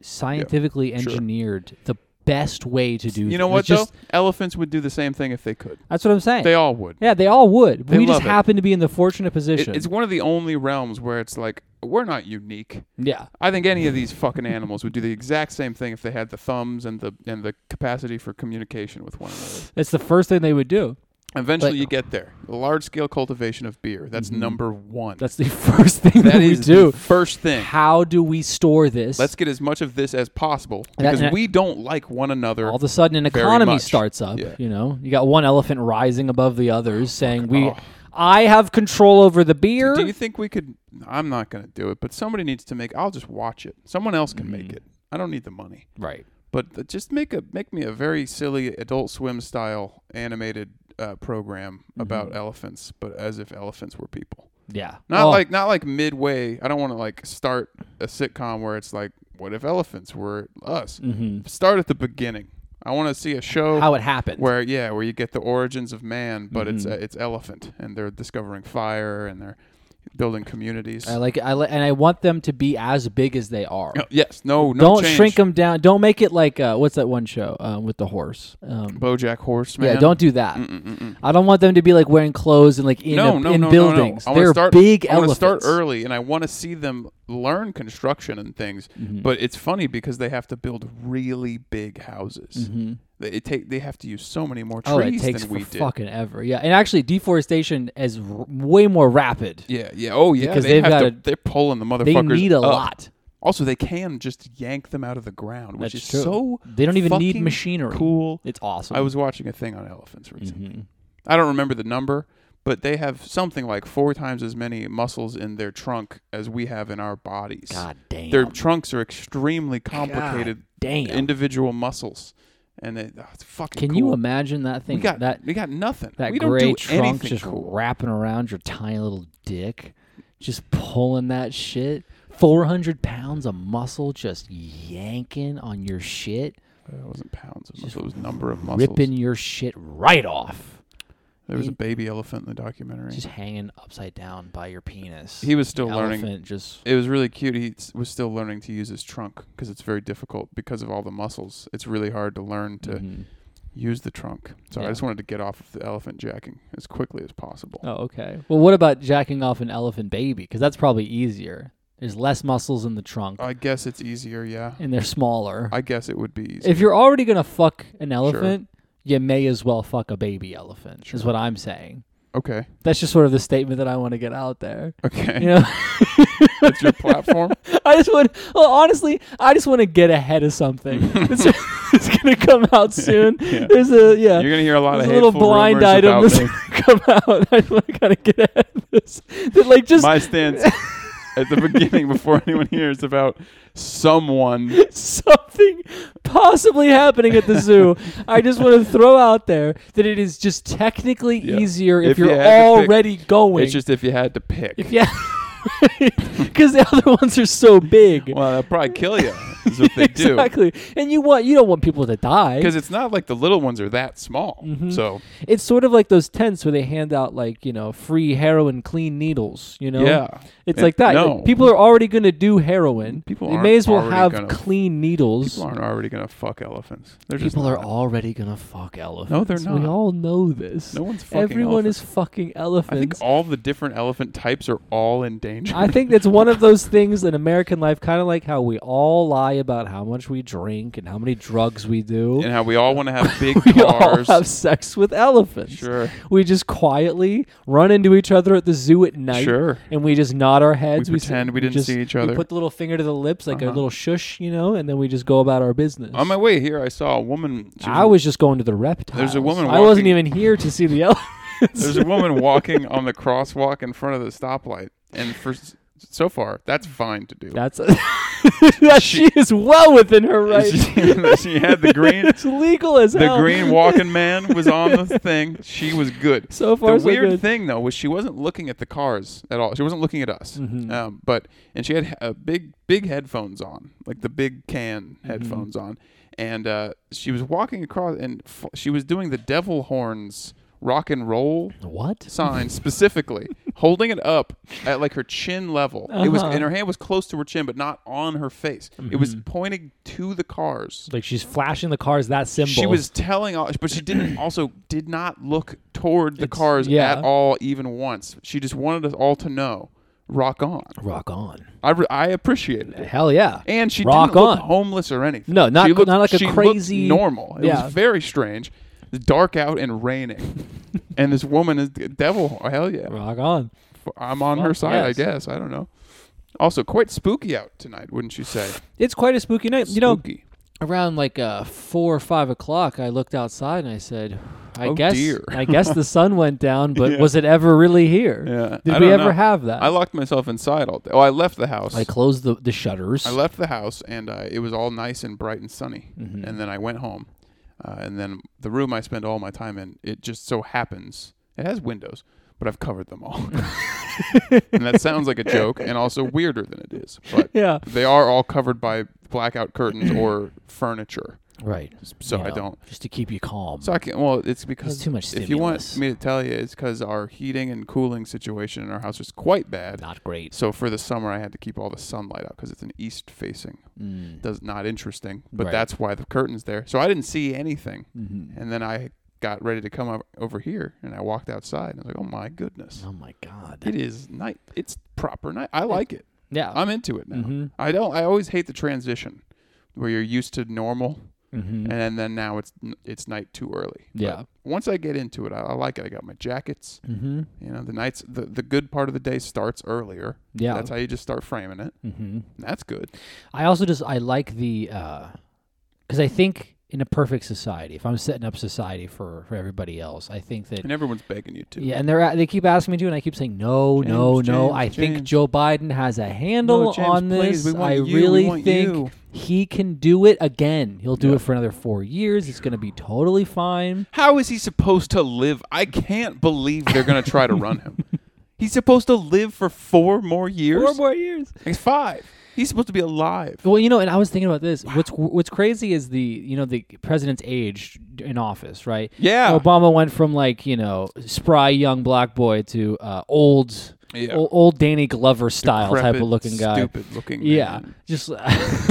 S1: scientifically
S2: sure.
S1: engineered the best way to do
S2: you
S1: thi-
S2: know what
S1: it's just,
S2: though? Elephants would do the same thing if they could.
S1: That's what I'm saying.
S2: They all would.
S1: yeah, they all would.
S2: They
S1: we just
S2: love it.
S1: happen to be in the fortunate
S2: It-
S1: position.
S2: it's one of the only realms where it's like we're not unique.
S1: yeah.
S2: I think any of these fucking animals would do the exact same thing if they had the thumbs and the and the capacity for communication with one another.
S1: That's the first thing they would do.
S2: Eventually,
S1: But- Mm-hmm.
S2: you get there. Large scale cultivation of beer. That's number one.
S1: That's the first thing that,
S2: that
S1: we
S2: is
S1: do.
S2: the first thing.
S1: How do we store this?
S2: Let's get as much of this as possible
S1: That-
S2: because we don't like one another.
S1: all of a sudden an
S2: Very
S1: economy
S2: much.
S1: starts up.
S2: Yeah.
S1: You know, you got one elephant rising above the others, saying, "We,
S2: oh.
S1: I have control over the beer."
S2: do you think we could? I'm not going to do it, but somebody needs to make. I'll just watch it. Someone else can
S1: Mm.
S2: make it. I don't need the money.
S1: right.
S2: But th- just make a make me a very silly Adult Swim style animated uh, program
S1: Mm-hmm.
S2: about elephants, but as if elephants were people.
S1: Yeah.
S2: Not
S1: Oh,
S2: like not like midway. I don't want to like start a sitcom where it's like, what if elephants were us?
S1: mhm.
S2: Start at the beginning. I want to see a show
S1: how it happened.
S2: where yeah, where you get the origins of man, but
S1: Mm-hmm.
S2: it's uh, it's elephant, and they're discovering fire and they're building communities.
S1: I like. I li- and I want them to be as big as they are.
S2: No, yes, no, no.
S1: Don't
S2: change.
S1: shrink them down. Don't make it like uh, what's that one show um, with the horse? Um,
S2: BoJack Horseman. Mm,
S1: yeah, don't do that. I don't want them to be like wearing clothes and like in
S2: no,
S1: a,
S2: no,
S1: in
S2: no,
S1: buildings.
S2: No, no. I wanna
S1: They're
S2: start,
S1: big
S2: I want to
S1: elephants.
S2: start early, and I want to see them learn construction and things.
S1: Mm-hmm.
S2: But it's funny because they have to build really big houses. They it take they have to use so many more trees
S1: Mm-hmm. Oh, it takes
S2: than we
S1: for
S2: did.
S1: fucking ever. Yeah, and actually, deforestation is r- way more rapid.
S2: Yeah, yeah. Oh, yeah.
S1: Because
S2: they
S1: they've
S2: have
S1: gotta-
S2: to, they're pulling the motherfuckers.
S1: They need a
S2: up.
S1: lot.
S2: Also, they can just yank them out of the ground, which
S1: That's
S2: is
S1: true.
S2: so
S1: They don't even need
S2: fucking
S1: machinery.
S2: Cool.
S1: It's awesome.
S2: I was watching a thing on elephants recently.
S1: Mm-hmm.
S2: I don't remember the number, but they have something like four times as many muscles in their trunk as we have in our bodies.
S1: God damn.
S2: Their trunks are extremely complicated
S1: damn.
S2: individual muscles, and it, oh, it's fucking.
S1: Can you
S2: cool.
S1: imagine that thing?
S2: We got
S1: that
S2: we got nothing.
S1: that
S2: we don't
S1: gray
S2: do
S1: trunk
S2: anything
S1: just
S2: cool.
S1: wrapping around your tiny little dick, just pulling that shit. Four hundred pounds of muscle just yanking on your shit,
S2: It wasn't pounds of muscle. It was number of muscles.
S1: ripping your shit right off,
S2: there was a baby elephant in the documentary.
S1: just hanging upside down by your penis.
S2: He was still
S1: The
S2: learning.
S1: Elephant just
S2: It was really cute. He s- was still learning to use his trunk because it's very difficult because of all the muscles. It's really hard to learn to
S1: Mhm.
S2: use the trunk. So
S1: Yeah.
S2: I just wanted to get off of the elephant jacking as quickly as possible.
S1: Oh, okay. Well, what about jacking off an elephant baby? Because that's probably easier. There's less muscles in the trunk,
S2: I guess it's easier, yeah.
S1: and they're smaller.
S2: I guess it would be easier.
S1: if you're already gonna fuck an elephant, you may as well fuck a baby elephant. Is
S2: Sure.
S1: what I'm saying.
S2: Okay.
S1: That's just sort of the statement that I want to get out there.
S2: Okay.
S1: You know,
S2: Eh. That's your platform.
S1: I just want. Well, honestly, I just want to get ahead of something. it's, it's gonna come out soon.
S2: Yeah.
S1: There's a yeah.
S2: You're gonna hear a lot
S1: there's a
S2: of
S1: little
S2: hateful
S1: blind
S2: rumors
S1: item
S2: about
S1: that's
S2: me.
S1: gonna come out. I just want to kind of get ahead of this. That, like just
S2: My stance at the beginning, before anyone hears about someone
S1: something possibly happening at the zoo. I just want to throw out there that it is just technically
S2: Yeah.
S1: easier if,
S2: If you
S1: you're
S2: had to pick-
S1: already going.
S2: It's just if you had to pick.
S1: if you because the other ones are so big.
S2: well, that'd probably kill you. Is what they do.
S1: exactly, and you want you don't want people to die.
S2: because it's not like the little ones are that small.
S1: Mm-hmm.
S2: So
S1: It's sort of like those tents where they hand out like you know free heroin, clean needles. You know,
S2: Yeah.
S1: it's
S2: It-
S1: like that.
S2: no.
S1: People are already going to do heroin.
S2: People
S1: they
S2: aren't
S1: may as well
S2: already
S1: have
S2: gonna-
S1: clean needles.
S2: people aren't already gonna fuck elephants. They're just
S1: People are
S2: not.
S1: already gonna fuck elephants.
S2: No, they're
S1: We
S2: not.
S1: all know this.
S2: No one's fucking
S1: Everyone
S2: elephants.
S1: is fucking
S2: I think
S1: elephants.
S2: all the different elephant types are all in danger.
S1: I think that's one of those things in American life, kind of like how we all lie about how much we drink and how many drugs we do.
S2: and how we all want to have big
S1: we all
S2: cars.
S1: have sex with elephants.
S2: Sure.
S1: We just quietly run into each other at the zoo at night.
S2: Sure.
S1: And we just nod our heads.
S2: We
S1: s-
S2: pretend we didn't
S1: just-
S2: see each
S1: We
S2: other. Uh-huh.
S1: put the little finger to the lips, like a little shush, you know, and then we just go about our business.
S2: On my way here, I saw a woman. She
S1: I was just going to the reptiles.
S2: woman
S1: I wasn't
S2: walking-
S1: even here to see the elephant.
S2: There's a woman walking on the crosswalk in front of the stoplight, and for s- so far, that's fine to do.
S3: That's she is well within her right.
S2: She, she had the green.
S3: it's legal as
S2: The
S3: hell.
S2: green walking man was on the thing. She was good.
S3: So far,
S2: the
S3: so
S2: weird
S3: good.
S2: thing though was she wasn't looking at the cars at all. She wasn't looking at us.
S3: Mhm.
S2: Um, but and she had a big big headphones on, like the big can headphones on, and uh, she was walking across and f- she was doing the devil horns rock and roll
S3: What?
S2: sign specifically, holding it up at like her chin level. It was
S3: Uh-huh.
S2: and her hand was close to her chin, but not on her face. It was pointing to the cars.
S1: Like she's flashing the cars that symbol.
S2: She was telling all, but she didn't. Also, did not look toward the
S3: It's-
S2: cars
S3: yeah.
S2: at all, even once. She just wanted us all to know, rock on.
S1: rock on.
S2: I re- I appreciated it,
S1: Hell yeah.
S2: and she
S1: Rock
S2: didn't look
S1: on.
S2: homeless or anything.
S1: No, not-
S2: She looked-
S1: not like a
S2: she looked
S1: crazy-
S2: normal. It
S1: Yeah.
S2: was very strange. It's dark out and raining, and this woman is devil. Hell yeah,
S1: Rock on.
S2: I'm on her
S1: Fuck
S2: side. I
S1: yes.
S2: guess I don't know. Also, quite spooky out tonight, wouldn't you say?
S1: It's quite a spooky night. You know,
S2: spooky.
S1: around like uh, four or five o'clock, I looked outside and I said, "I
S2: Oh,
S1: guess,
S2: dear.
S1: I guess the sun went down, but
S2: Yeah.
S1: was it ever really here?
S2: Yeah.
S1: Did
S2: I
S1: we
S2: don't
S1: ever
S2: know.
S1: have that?
S2: I locked myself inside all day. Oh, I left the house.
S1: I closed the the shutters.
S2: I left the house and uh, it was all nice and bright and sunny.
S1: Mm-hmm.
S2: And then I went home. Uh, and then the room I spend all my time in, it just so happens it has windows, but I've covered them all. and that sounds like a joke and also weirder than it is. But
S1: yeah.
S2: they are all covered by blackout curtains or furniture.
S1: Right.
S2: So
S1: You
S2: I
S1: know,
S2: don't.
S1: Just to keep you calm.
S2: So I can. Well, it's because
S1: There's too much
S2: If you want
S1: stimulus.
S2: me to tell you, it's because our heating and cooling situation in our house is quite bad.
S1: Not great.
S2: So for the summer, I had to keep all the sunlight out because it's an east-facing
S1: Mm.
S2: does not interesting, but
S1: Right.
S2: that's why the curtain's there. So I didn't see anything,
S1: Mhm.
S2: and then I got ready to come up over here, and I walked outside, and I was like, "Oh my goodness,
S1: Oh my god.
S2: it is night. It's proper night. I like it.
S1: Yeah.
S2: I'm into it now.
S1: Mhm.
S2: I don't. I always hate the transition where you're used to normal,
S1: Mhm.
S2: and then now it's n- it's night too early. But
S1: Yeah.
S2: once I get into it, I, I like it. I got my jackets.
S1: Mhm.
S2: You know, the nights the the good part of the day starts earlier.
S1: Yeah.
S2: that's how you just start framing it.
S1: Mhm.
S2: That's good.
S1: I also just I like the because I think in a perfect society, if I'm setting up society for for everybody else, I think that
S2: And everyone's begging you to.
S1: yeah, and they're a- they keep asking me to, and I keep saying no, no,
S2: James,
S1: no.
S2: James,
S1: I think
S2: James.
S1: Joe Biden has a handle
S2: No, James,
S1: on
S2: please,
S1: this.
S2: we want
S1: I
S2: you, we
S1: really
S2: want
S1: think
S2: you.
S1: he can do it again. He'll do
S2: Yeah.
S1: it for another four years. It's going to be totally fine.
S2: How is he supposed to live? I can't believe they're going to try to run him. He's supposed to live for four more years.
S3: Four more years.
S2: He's five. He's supposed to be alive.
S1: Well, you know, and I was thinking about this. What's what's crazy is the you know the president's age in office, right?
S2: Yeah.
S1: Obama went from like you know spry young black boy to uh, old,
S2: Yeah.
S1: o- old Danny Glover style type
S2: Decrepit,
S1: of looking guy.
S2: Stupid looking.
S1: Yeah,
S2: man.
S1: just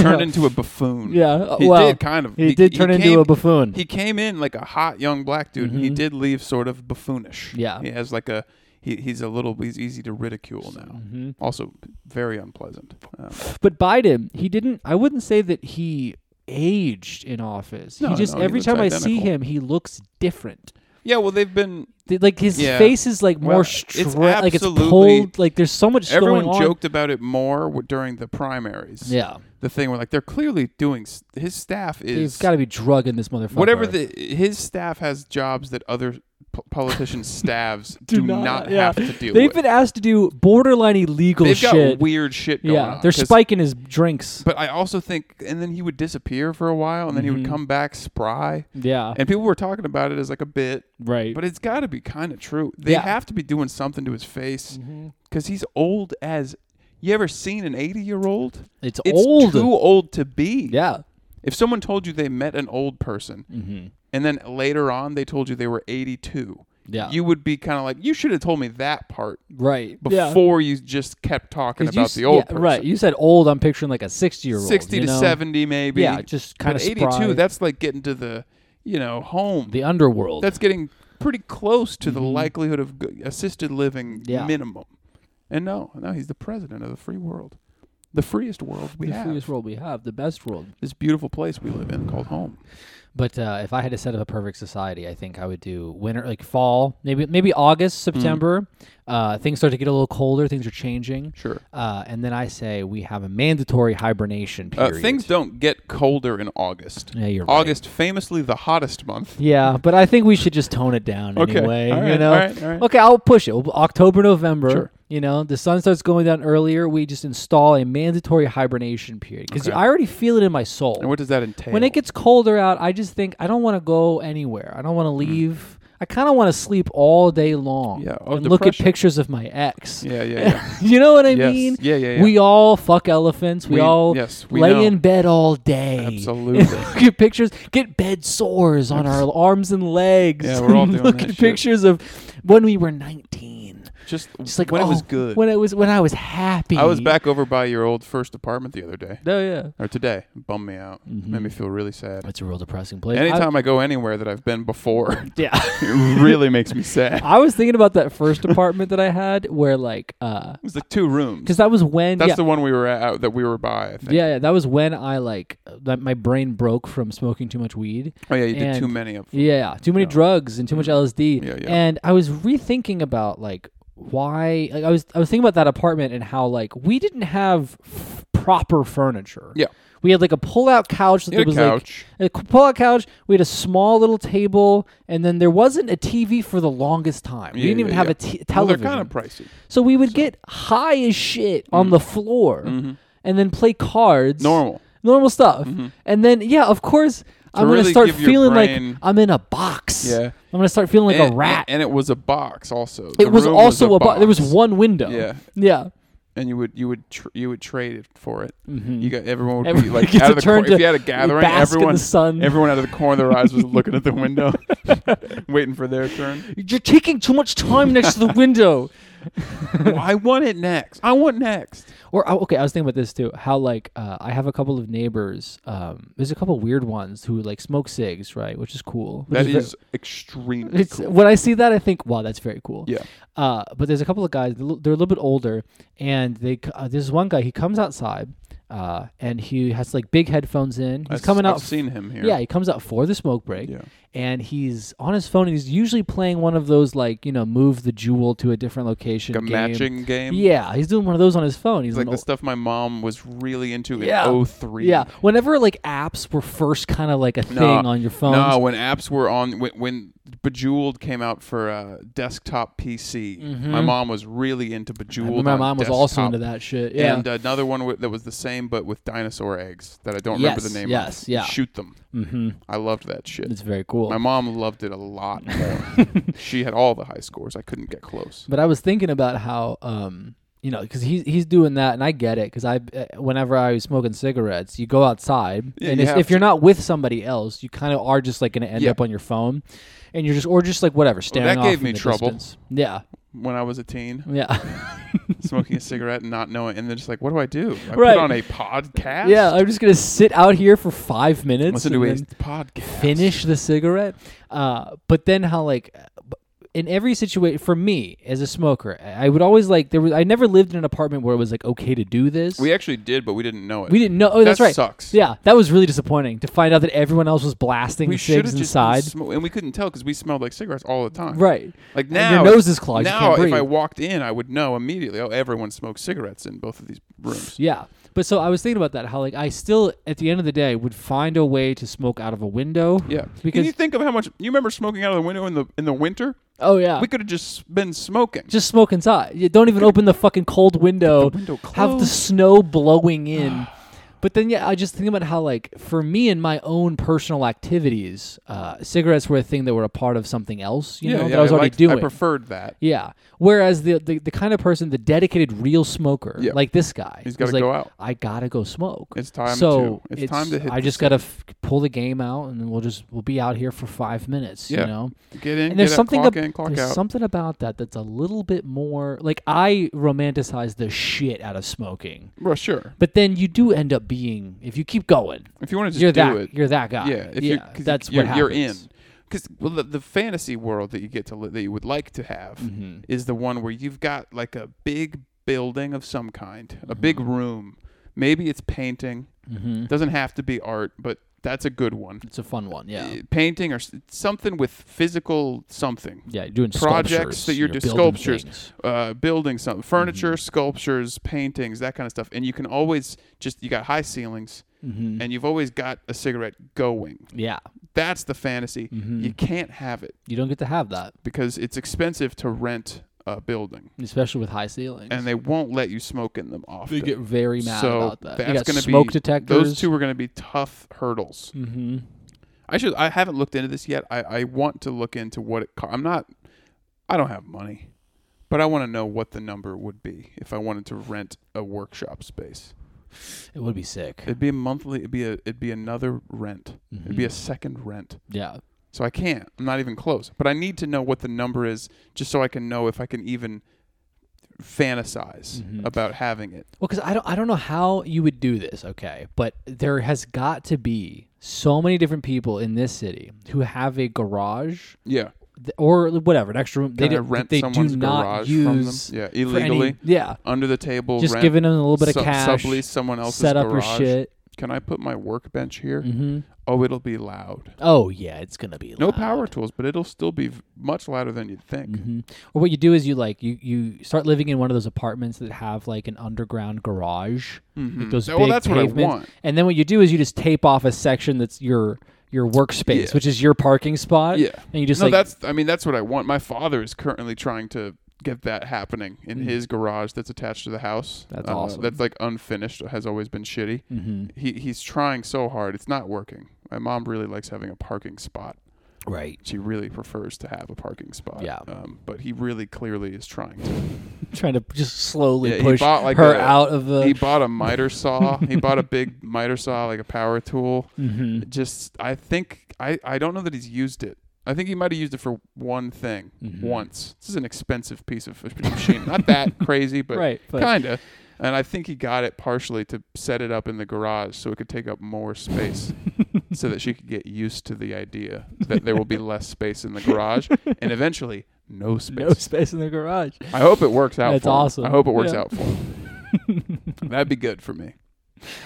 S2: Turned into a buffoon.
S1: Yeah, uh,
S2: He
S1: well,
S2: did kind of.
S1: he did turn into
S2: came-
S1: a buffoon. Mm-hmm.
S2: He came in like a hot young black dude. He did leave sort of buffoonish.
S1: Yeah.
S2: He has like a. He, he's a little. He's easy to ridicule now.
S1: Mm-hmm.
S2: Also, very unpleasant. Um,
S1: but Biden, he didn't. I wouldn't say that he aged in office.
S2: No,
S1: he just
S2: no, he
S1: every
S2: looks
S1: time I see
S2: identical.
S1: him, he looks different.
S2: yeah. Well, they've been
S1: Th- Like his
S2: Yeah.
S1: face is like
S2: Well,
S1: more
S2: it's
S1: straight, like it's
S2: absolutely-
S1: pulled. Like there's so much
S2: Everyone
S1: going on.
S2: joked about it more w- during the primaries.
S1: Yeah,
S2: The thing where like they're clearly doing s- his staff
S1: he's
S2: is
S1: got to be drugging this motherfucker.
S2: whatever the his staff has jobs that other p- politicians staffs do, not,
S1: yeah.
S2: have to deal
S1: They've
S2: with.
S1: been asked to do borderline illegal
S2: They've got
S1: shit.
S2: weird shit going
S1: yeah,
S2: on.
S1: they're
S2: 'cause-
S1: spiking his drinks.
S2: But I also think, and then he would disappear for a while, and then
S1: Mm-hmm.
S2: he would come back spry.
S1: yeah,
S2: And people were talking about it as like a bit,
S1: right.
S2: but it's got to be kind of true. They
S1: Yeah. Mm-hmm.
S2: have to be doing something to his face because he's old as. You ever seen an eighty-year-old?
S1: it's,
S2: It's
S1: old.
S2: too old to be.
S1: yeah,
S2: If someone told you they met an old person
S1: Mm-hmm.
S2: and then later on they told you they were 82,
S1: yeah,
S2: you would be kind of like, you should have told me that part
S1: right yeah.
S2: before you just kept talking
S1: 'Cause you
S2: about
S1: s-
S2: the old
S1: yeah,
S2: person.
S1: Right, you said old. I'm picturing like a sixty year old,
S2: 60 to 70, maybe.
S1: Yeah, just kind
S2: But
S1: of
S2: 82,
S1: spry.
S2: that's like getting to the, you know, home.
S1: the underworld.
S2: that's getting pretty close to the likelihood of g- assisted living
S1: Yeah.
S2: minimum. And no, no, he's the president of the free world. The freest world we
S1: the
S2: have.
S1: freest world we have, the best world.
S2: This beautiful place we live in called home.
S1: But uh, if I had to set up a perfect society, I think I would do winter, like fall, maybe maybe
S2: Mm.
S1: August, September. Uh, things start to get a little colder. Things are changing.
S2: Sure.
S1: Uh, and then I say we have a mandatory hibernation
S2: Uh,
S1: period.
S2: things don't get colder in August.
S1: Yeah, you're right.
S2: August, famously the hottest month.
S1: Yeah, but I think we should just tone it down
S2: Okay,
S1: anyway.
S2: all
S1: you
S2: right,
S1: know.
S2: all right, all right.
S1: Okay, I'll push it. We'll- October, November.
S2: Sure.
S1: You know, the sun starts going down earlier. We just install a mandatory hibernation period because
S2: Okay.
S1: I already feel it in my soul.
S2: And what does that entail?
S1: when it gets colder out, I just think I don't want to go anywhere. I don't want to leave. I kind of want to sleep all day long
S2: Mm. Yeah, oh,
S1: and look at
S2: depression.
S1: pictures of my ex.
S2: yeah, yeah, yeah.
S1: You know what I
S2: Yes.
S1: mean?
S2: Yeah, yeah, yeah.
S1: We all fuck elephants. We,
S2: We-
S1: all
S2: yes, we
S1: lay
S2: know.
S1: in bed all day.
S2: Absolutely.
S1: get pictures, get bed sores on our arms and legs.
S2: Yeah, we're all doing
S1: Look
S2: that
S1: at
S2: shit.
S1: pictures of when we were 19.
S2: just,
S1: Just like
S2: when it was
S1: oh,
S2: good.
S1: When it was when I was happy.
S2: I was back over by your old first apartment the other day
S1: Oh yeah.
S2: or today. Bummed me out. Made me feel really sad.
S1: That's a real depressing place. Mm-hmm. I-
S2: Anytime I go anywhere that I've been before,
S1: yeah.
S2: it really makes me sad.
S1: I was thinking about that first apartment that I had where like uh
S2: It was like two rooms.
S1: cuz that was when
S2: That's
S1: yeah,
S2: the one we were at out that we were by. I think.
S1: yeah, yeah, that was when I like uh, that my brain broke from smoking too much weed.
S2: Oh yeah, you did too
S1: And-
S2: many of. them.
S1: Yeah, too many drugs and too much LSD.
S2: Mm-hmm. Yeah, yeah.
S1: And I was rethinking about like why like I was I was thinking about that apartment and how like we didn't have f- proper furniture.
S2: Yeah.
S1: We had like a pull-out couch that
S2: You had a
S1: was
S2: couch.
S1: like a c- pull-out couch. We had a small little table, and then there wasn't a TV for the longest time. we
S2: Yeah,
S1: didn't even
S2: yeah,
S1: have a
S2: yeah.
S1: t-
S2: Well, they're
S1: television.
S2: kind of pricey.
S1: So we would get high as shit on the floor and then play cards.
S2: Mm-hmm. Normal.
S1: Normal stuff. And then, yeah, of course, I'm going to
S2: Mm-hmm. really
S1: start
S2: give your
S1: feeling like
S2: brain-
S1: I'm in a box.
S2: Yeah.
S1: I'm going to start feeling like
S2: and,
S1: a rat.
S2: And it was a box also.
S1: it
S2: The
S1: was
S2: room
S1: also
S2: was
S1: a box. There was one window.
S2: Yeah.
S1: Yeah.
S2: and you would you would tr- you would trade it for it.
S1: Mm-hmm.
S2: You got everyone would be
S1: Everyone
S2: like
S1: gets
S2: out
S1: to
S2: of the
S1: turn
S2: cor- if
S1: to
S2: you had a gathering,
S1: bask in the
S2: everyone
S1: sun.
S2: everyone out of the corner of their eyes was looking at the window, waiting for their turn.
S1: You're taking too much time next to the window.
S2: Oh, I want it next. I want next.
S1: Or oh, okay, I was thinking about this too. How like uh, I have a couple of neighbors. Um, there's a couple weird ones who like smoke cigs, right? Which is cool. Which
S2: That
S1: ve-
S2: is extremely.
S1: It's when I see that I think, wow, that's very cool.
S2: Yeah.
S1: Uh, but there's a couple of guys. They're a little- they're a little bit older, and they c- uh, there's one guy. He comes outside, uh, and he has like big headphones in. He's
S2: I've s-
S1: coming out.
S2: I've seen him here.
S1: Yeah, he comes out for the smoke break,
S2: Yeah.
S1: and he's on his phone, and he's usually playing one of those like you know move the jewel to a different location,
S2: like a
S1: game.
S2: matching game.
S1: Yeah, he's doing one of those on his phone. He's
S2: It's like
S1: an
S2: the
S1: ol-
S2: stuff my mom was really into
S1: Yeah.
S2: in 03.
S1: Yeah, whenever like apps were first kind of like a thing on your phone.
S2: No, when apps were on, when, when Bejeweled came out for uh, desktop PC, my mom was really into Bejeweled.
S1: Mm-hmm. my
S2: on
S1: mom was also
S2: desktop.
S1: into that shit. Yeah.
S2: And uh, another one wi- that was the same, but with dinosaur eggs that I don't remember the
S1: Yes,
S2: name.
S1: yes,
S2: of.
S1: yeah.
S2: Shoot them.
S1: mm-hmm.
S2: I loved that shit.
S1: It's very cool.
S2: my mom loved it a lot more. she had all the high scores. I couldn't get close.
S1: But I was thinking about how, um, you know, because he's he's doing that, and I get it. Because I, uh, whenever I was smoking cigarettes, you go outside,
S2: Yeah,
S1: and
S2: you
S1: if,
S2: have
S1: if you're
S2: to.
S1: not with somebody else, you kind of are just like going to end
S2: Yeah.
S1: up on your phone, and you're just or just like whatever staring.
S2: that
S1: off
S2: gave
S1: in
S2: me
S1: the
S2: trouble.
S1: distance. Yeah,
S2: When I was a teen,
S1: yeah,
S2: smoking a cigarette and not knowing, and they're just like, "What do I do? I
S1: Right.
S2: put on a podcast.
S1: yeah. I'm just gonna sit out here for five minutes.
S2: listen
S1: and
S2: to a
S1: then-
S2: podcast.
S1: finish the cigarette. Uh, but then how like b- in every situation for me as a smoker, I I would always like there was I never lived in an apartment where it was like okay to do this.
S2: We actually did, but we didn't know it.
S1: we didn't know. Oh,
S2: That
S1: that's right.
S2: sucks.
S1: Yeah, that was really disappointing to find out that everyone else was blasting
S2: we
S1: the cigs
S2: just
S1: inside.
S2: Sm- and we couldn't tell because we smelled like cigarettes all the time.
S1: right.
S2: Like
S1: your
S2: now,
S1: nose is clogged, you
S2: Now,
S1: can't
S2: if
S1: breathe.
S2: I walked in, I would know immediately. Oh, everyone smokes cigarettes in both of these rooms.
S1: Yeah. But so I was thinking about that how like I still at the end of the day would find a way to smoke out of a window.
S2: Yeah,
S1: Because
S2: Can you think of how much you remember smoking out of the window in the in the winter?
S1: oh yeah.
S2: We could have just been smoking.
S1: just smoke inside. You don't even open the fucking cold window.
S2: window
S1: have the
S2: closed.
S1: snow blowing in. But then, yeah, I just think about how, like, for me and my own personal activities, uh, cigarettes were a thing that were a part of something else, you know, that I was already
S2: liked-
S1: doing.
S2: I preferred that.
S1: yeah. Whereas the, the the kind of person, the dedicated real smoker,
S2: Yeah.
S1: like this guy,
S2: He's
S1: was
S2: gotta go
S1: like,
S2: out.
S1: I gotta go smoke.
S2: It's time
S1: So
S2: to. It's, time to hit.
S1: I
S2: the
S1: just gotta f- pull the game out, and then we'll just we'll be out here for five minutes.
S2: Yeah.
S1: You know,
S2: s- get in.
S1: and there's
S2: get out,
S1: something
S2: clock
S1: ab-
S2: in, clock
S1: there's
S2: out.
S1: something about that that's a little bit more like I romanticize the shit out of smoking,
S2: well, sure.
S1: but then you do end up being if you keep going,
S2: If you want to just
S1: you're
S2: do
S1: that
S2: it,
S1: you're that guy.
S2: yeah. If
S1: yeah,
S2: you're, 'cause
S1: that's
S2: you're,
S1: what
S2: you're in.
S1: happens.
S2: Because well, the, the fantasy world that you get to li- that you would like to have
S1: Mm-hmm.
S2: is the one where you've got like a big building of some kind, a big room. Maybe it's painting.
S1: Mm-hmm.
S2: Doesn't have to be art, but that's a good one.
S1: It's a fun one. Yeah.
S2: Uh, Painting or s- something with physical something.
S1: Yeah, you're doing
S2: projects
S1: sculptures,
S2: that you're just-
S1: building
S2: sculptures.
S1: things.
S2: uh, building something, furniture, sculptures, paintings, that kind of stuff. And you can always just you got high ceilings,
S1: Mhm.
S2: and you've always got a cigarette going.
S1: Yeah,
S2: That's the fantasy.
S1: Mhm.
S2: You can't have it
S1: you don't get to have that,
S2: because it's expensive to rent a building,
S1: especially with high ceilings.
S2: and they won't let you smoke in them often.
S1: they get very mad
S2: so
S1: about that.
S2: that's
S1: you got
S2: gonna
S1: smoke
S2: be
S1: detectors.
S2: Those two are going to be tough hurdles.
S1: Mm-hmm.
S2: I should. I haven't looked into this yet. I, I want to look into what it. Co- I'm not. I don't have money, but I want to know what the number would be if I wanted to rent a workshop space.
S1: It would be sick.
S2: It'd be a monthly. It'd be a. It'd be another rent. It'd
S1: Mm-hmm.
S2: be a second rent.
S1: yeah.
S2: So I can't. I'm not even close. But I need to know what the number is, just so I can know if I can even fantasize
S1: Mhm.
S2: about having it.
S1: Well, because I don't, I don't know how you would do this, okay? But there has got to be so many different people in this city who have a garage
S2: Yeah.
S1: th- or whatever, an extra room.
S2: Can
S1: they do,
S2: I rent
S1: they
S2: someone's
S1: do not
S2: garage
S1: use
S2: from them? Yeah.
S1: for any-
S2: Illegally
S1: yeah,
S2: under the table.
S1: just
S2: rent,
S1: giving them a little bit of
S2: sub-
S1: cash,
S2: Sublease someone else's
S1: set up
S2: garage.
S1: your shit.
S2: Can I put my workbench here?
S1: hmm
S2: Oh, it'll be loud.
S1: Oh yeah, it's gonna be
S2: No
S1: loud.
S2: power tools, but it'll still be v- much louder than you'd think.
S1: hmm Or what you do is you like you you start living in one of those apartments that have like an underground garage, like
S2: Mhm.
S1: those
S2: Well,
S1: big
S2: that's what I
S1: pavements.
S2: want.
S1: And then what you do is you just tape off a section that's your your workspace,
S2: Yeah.
S1: which is your parking spot.
S2: Yeah.
S1: And you just
S2: no,
S1: like
S2: that's. I mean, that's what I want. My father is currently trying to get that happening in his garage that's attached to the house.
S1: Mm-hmm. That's
S2: Uh,
S1: awesome.
S2: That's like unfinished. Has always been shitty.
S1: hmm
S2: He he's trying so hard. It's not working. My mom really likes having a parking spot.
S1: right.
S2: She really prefers to have a parking spot.
S1: Yeah.
S2: Um, but he really clearly is trying to.
S1: Trying to just slowly
S2: Yeah, he
S1: push
S2: bought, like,
S1: her
S2: a-
S1: out of the.
S2: he bought a miter saw. he bought a big miter saw, like a power tool.
S1: Mhm.
S2: Just, I think, I, I don't know that he's used it. I think he might have used it for one thing
S1: Mhm.
S2: once. This is an expensive piece of machine. Not that crazy, but
S1: right. But,
S2: kind of. And I think he got it partially to set it up in the garage so it could take up more space so that she could get used to the idea that there will be less space in the garage and eventually no space.
S1: no space in the garage.
S2: I hope it works out
S1: That's
S2: for him.
S1: awesome.
S2: I hope it works
S1: Yeah.
S2: out for him. That'd be good for me.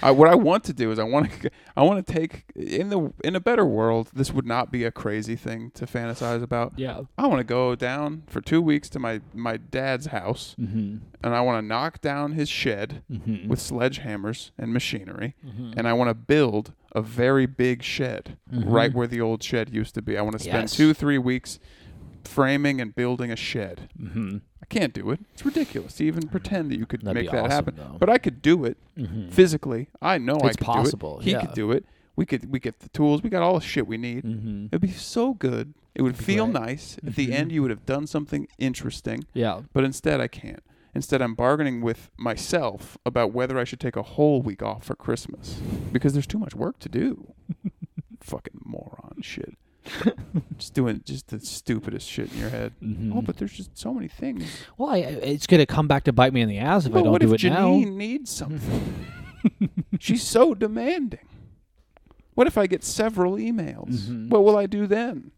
S2: I, what I want to do is I want to I want to take in the in a better world. This would not be a crazy thing to fantasize about.
S1: Yeah.
S2: I want to go down for two weeks to my my dad's house,
S1: Mm-hmm.
S2: and I want to knock down his shed
S1: Mm-hmm.
S2: with sledgehammers and machinery,
S1: Mhm.
S2: and I want to build a very big shed
S1: Mhm.
S2: right where the old shed used to be. I want to spend
S1: Yes.
S2: two three weeks framing and building a shed.
S1: mm-hmm.
S2: I can't do it. It's ridiculous to even pretend that you could
S1: That'd
S2: make
S1: be
S2: that
S1: awesome,
S2: happen.
S1: though.
S2: But I could do it
S1: Mm-hmm.
S2: physically. I know I
S1: It's
S2: could
S1: possible,
S2: do it. He
S1: yeah.
S2: could do it. We could we get the tools. We got all the shit we need.
S1: Mm-hmm.
S2: It'd be so good. It would
S1: It'd be
S2: feel
S1: great.
S2: nice. At the
S1: Mhm.
S2: end you would have done something interesting,
S1: Yeah.
S2: but instead I can't. Instead I'm bargaining with myself about whether I should take a whole week off for Christmas because there's too much work to do. Fucking moron shit. just doing just the stupidest shit in your head.
S1: Mm-hmm.
S2: Oh, but there's just so many things.
S1: well, I, it's gonna come back to bite me in the ass if I
S2: But
S1: don't
S2: what
S1: do
S2: if
S1: it
S2: Janine
S1: now.
S2: needs something? She's so demanding. What if I get several emails?
S1: Mhm.
S2: What will I do then?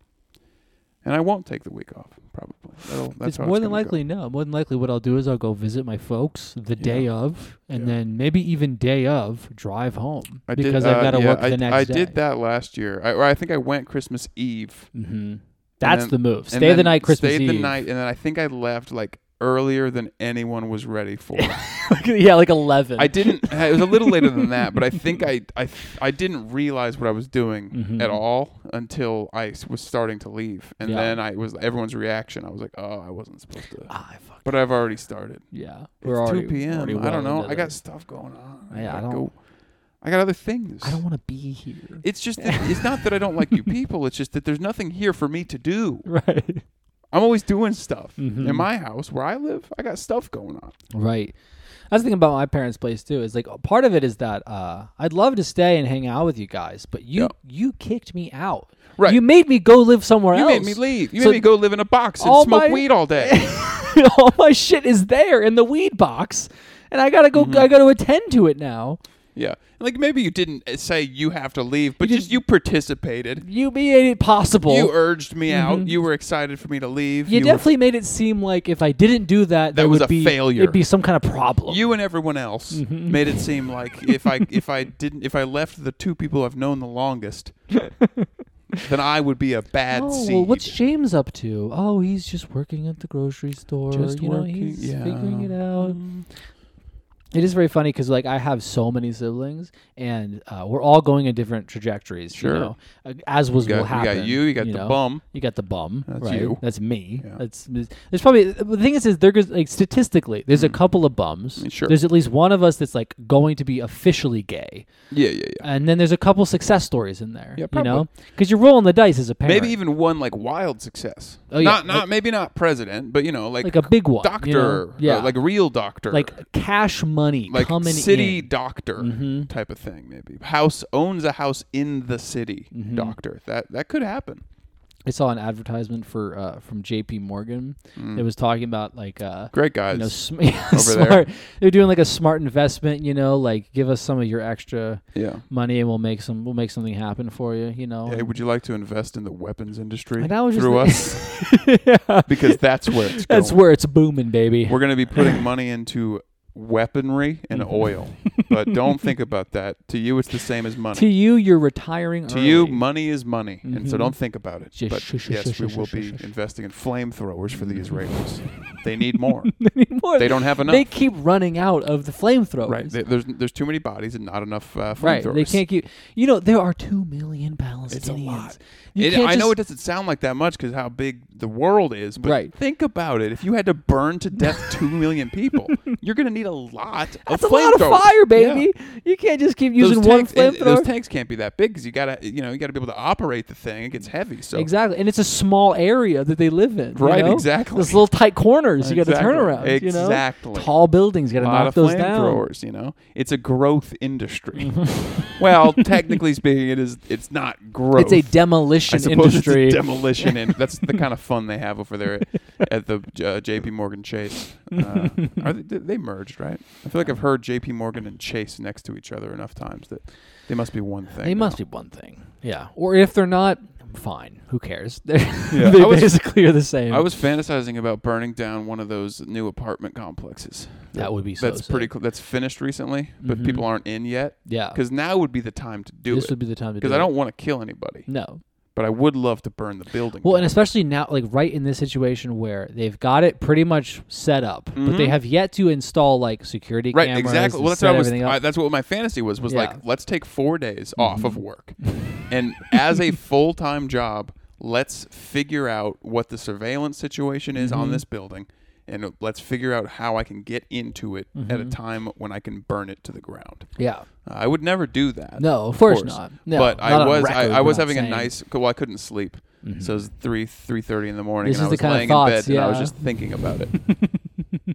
S2: And I won't take the week off, probably. That'll, that's
S1: It's
S2: how
S1: more than
S2: gonna go.
S1: likely no. More than likely, what I'll do is I'll go visit my folks the day of, and
S2: Yeah.
S1: then maybe even day of drive home
S2: I did-
S1: because
S2: uh,
S1: I've got to
S2: yeah,
S1: work
S2: I,
S1: the next
S2: I
S1: day.
S2: did that last year. I, or I think I went Christmas Eve.
S1: Mm-hmm. That's
S2: then-
S1: the move.
S2: and
S1: Stay the
S2: then
S1: night, Christmas
S2: Stayed
S1: Eve.
S2: the night, and then I think I left like earlier than anyone was ready for.
S1: yeah, like eleven.
S2: I didn't. It was a little later than that, but I think I I I didn't realize what I was doing
S1: Mhm.
S2: at all until I s- was starting to leave, and
S1: Yeah.
S2: then I was everyone's reaction. I was like, oh, I wasn't supposed to,
S1: Ah, fuck.
S2: but I've already started.
S1: Yeah,
S2: it's
S1: already-
S2: two p.m.
S1: already
S2: I
S1: well
S2: don't know.
S1: into
S2: I got
S1: the-
S2: stuff going on.
S1: Yeah, I
S2: gotta
S1: don't-
S2: Go. I got other things.
S1: I don't want to be here.
S2: It's just that, it's not that I don't like you people. It's just that there's nothing here for me to do.
S1: Right.
S2: I'm always doing stuff
S1: Mhm.
S2: in my house where I live. I got stuff going on.
S1: Right. That's the thing about my parents' place too. Is like part of it is that uh, I'd love to stay and hang out with you guys, but you
S2: Yeah.
S1: you kicked me out.
S2: Right.
S1: You made me go live somewhere
S2: You
S1: else.
S2: made me leave. You
S1: So
S2: made me go live in a box and
S1: all
S2: smoke
S1: my-
S2: weed all day. Mm-hmm.
S1: All my shit is there in the weed box, and I gotta go. I gotta attend to it now.
S2: Yeah. Like maybe you didn't eh, say you have to leave, but just you participated.
S1: You made it possible.
S2: You urged me out. You were excited for me to leave.
S1: Mm-hmm. You
S2: were-
S1: definitely made it seem like if I didn't do that,
S2: That
S1: there
S2: was
S1: would
S2: a
S1: be,
S2: failure.
S1: It'd be some kind of problem.
S2: you and everyone else
S1: Mm-hmm.
S2: made it seem like if I if I didn't if I left the two people I've known the longest, then I would be a bad
S1: oh,
S2: seed.
S1: well, what's James up to? Oh, he's just working at the grocery store.
S2: Just
S1: you know,
S2: working,
S1: he's
S2: yeah. Mm.
S1: figuring it out. It is very funny because like I have so many siblings, and uh, we're all going in different trajectories.
S2: Sure.
S1: You know, uh, as was
S2: You got-
S1: will happen.
S2: You got you. You got the
S1: know?
S2: bum.
S1: You got the bum.
S2: That's
S1: right?
S2: you.
S1: That's me.
S2: Yeah.
S1: That's there's probably uh, the thing is is there goes like statistically there's a couple of bums.
S2: Mm. Sure.
S1: There's at least one of us that's like going to be officially gay,
S2: Yeah, yeah, yeah.
S1: and then there's a couple success stories in there.
S2: Yeah,
S1: you
S2: probably.
S1: know, because you're rolling the dice as a parent.
S2: Maybe even one like wild success.
S1: Oh, yeah.
S2: Not not
S1: Like-
S2: maybe not president, but you know like,
S1: like a big one.
S2: doctor.
S1: you know? Yeah.
S2: uh, like real doctor.
S1: like cash money
S2: like
S1: coming
S2: city
S1: in. Mm-hmm.
S2: doctor type of thing maybe house owns a house in the city
S1: Mm-hmm.
S2: doctor that that could happen
S1: I saw an advertisement for uh, from J.P. Morgan. that was talking about like uh,
S2: great
S1: you
S2: Mm. guys
S1: know sm- smart. They're doing like a smart investment. You know, like give us some of your extra
S2: yeah
S1: money and we'll make some we'll make something happen for you. You know.
S2: Hey, would you like to invest in the weapons industry
S1: And I was just
S2: through
S1: Um, like-
S2: us? Because that's where it's going.
S1: That's where it's booming, baby.
S2: We're going to be putting money into weaponry and
S1: Mm-hmm.
S2: oil. But don't think about that. To you, it's the same as money.
S1: to you, you're retiring.
S2: To you,
S1: early.
S2: money is money, and so
S1: Mhm.
S2: don't think about it.
S1: Just
S2: but
S1: shush, shush,
S2: yes,
S1: shush,
S2: we
S1: shush,
S2: will
S1: shush,
S2: be
S1: shush.
S2: investing in flamethrowers for the Israelis. they need more.
S1: anymore.
S2: They don't have enough.
S1: They keep running out of the flamethrowers.
S2: right? They, there's there's too many bodies and not enough uh, flamethrowers.
S1: Right. They can't keep. You know, there are two million Palestinians.
S2: It's a lot.
S1: You
S2: It-
S1: can't
S2: I know it
S1: just-
S2: doesn't sound like that much because how big the world is, but
S1: Right.
S2: think about it. If you had to burn to death two million people, you're going to need a lot of
S1: That's a lot of
S2: flamethrowers.
S1: fire,
S2: Yeah.
S1: baby. You can't just keep
S2: Those
S1: using one
S2: tanks- and- and Those
S1: flamethrower.
S2: tanks can't be that big because you got to, you know, you got to be able to operate the thing. It gets heavy, so
S1: Exactly, and it's a small area that they live in. Mm. you
S2: Right,
S1: know?
S2: exactly.
S1: Those little tight corners you got to
S2: Exactly.
S1: turn around. You
S2: Exactly.
S1: know? Tall buildings got
S2: a
S1: to
S2: lot
S1: knock
S2: of
S1: those down.
S2: flamethrowers. You know, it's a growth industry. well, technically speaking, it is. It's not growth.
S1: It's a
S2: I
S1: demolition
S2: suppose
S1: industry.
S2: it's a demolition. in- that's the kind of fun they have over there at, at the uh, J.P. Morgan Chase. Uh, are they, they merged, right? I feel like I've heard J.P. Morgan and Chase next to each other enough times that they must be one thing.
S1: they must be one thing. Yeah, or if they're not, fine. Who cares? They're,
S2: Yeah.
S1: they
S2: I was-
S1: basically are the same.
S2: I was fantasizing about burning down one of those new apartment complexes.
S1: that would be so.
S2: That's pretty
S1: sick.
S2: cool. That's finished recently, but
S1: Mhm.
S2: people aren't in yet.
S1: Yeah,
S2: Because now would be the time to do
S1: this
S2: it.
S1: would be the time to do
S2: Because I
S1: it.
S2: don't want to kill anybody,
S1: No,
S2: but I would love to burn the building.
S1: Well,
S2: down.
S1: and especially now, like right in this situation where they've got it pretty much set up, but they
S2: Mhm.
S1: have yet to install like security
S2: right
S1: cameras.
S2: exactly
S1: and
S2: well that's
S1: set
S2: what i was
S1: everything
S2: I,
S1: up.
S2: that's what my fantasy was was
S1: Yeah. Mm-hmm.
S2: like let's take four days off of work and as a full-time job let's figure out what the surveillance situation is
S1: Mm-hmm.
S2: on this building and let's figure out how i can get into it at
S1: Mm-hmm.
S2: a time when i can burn it to the ground
S1: yeah.
S2: Uh, i would never do that
S1: No, of course, not. No,
S2: but
S1: not
S2: I
S1: on
S2: was
S1: record,
S2: I, I was
S1: not
S2: having a
S1: saying. mm-hmm.
S2: nice well I couldn't sleep so it was three three thirty in the morning
S1: This
S2: and
S1: is
S2: I
S1: the
S2: was
S1: kind of
S2: laying in
S1: thoughts,
S2: bed and I was
S1: yeah.
S2: just thinking about it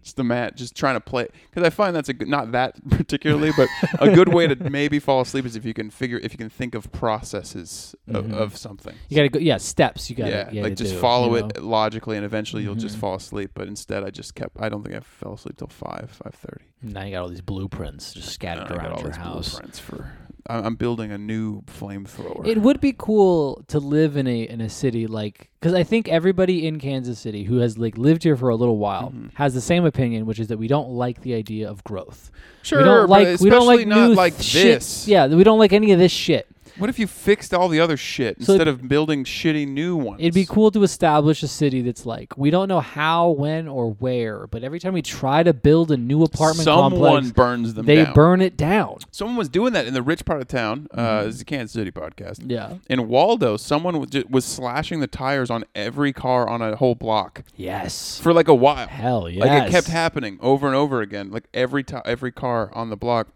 S2: just the mat just trying to play because I find that's a good not that particularly but a good way to maybe fall asleep is if you can figure if you can think of processes of, of something
S1: Mm-hmm. You gotta go. Yeah, steps. You gotta.
S2: yeah
S1: you
S2: like
S1: gotta
S2: just
S1: do,
S2: follow
S1: you Mm-hmm.
S2: it logically and eventually you'll just fall asleep but instead I just kept I don't think I fell asleep till five five thirty
S1: know? Now you got all these blueprints just
S2: I
S1: scattered
S2: got
S1: around
S2: all
S1: your
S2: these
S1: house.
S2: blueprints for I'm I'm building a new flamethrower
S1: It would be cool to live in a in a city like because I think everybody in Kansas City who has like lived here for a little while
S2: Mm-hmm.
S1: has the same opinion, which is that we don't like the idea of growth.
S2: Sure,
S1: we don't
S2: but
S1: like we don't
S2: especially
S1: like
S2: not
S1: new
S2: like
S1: th- shit.
S2: this.
S1: Yeah, we don't like any of this shit.
S2: What if you fixed all the other shit
S1: So
S2: instead of building shitty new ones?
S1: It'd be cool to establish a city that's like we don't know how, when, or where, but every time we try to build a new apartment
S2: Someone
S1: complex,
S2: burns them
S1: they
S2: down.
S1: burn it down.
S2: Someone was doing that in the rich part of town. Uh, this is a Kansas City podcast.
S1: Yeah.
S2: In Waldo, someone was, ju- was slashing the tires on every car on a whole block
S1: Yes.
S2: for like a while.
S1: Hell yes.
S2: Like it kept happening over and over again. Like every ti every car on the block.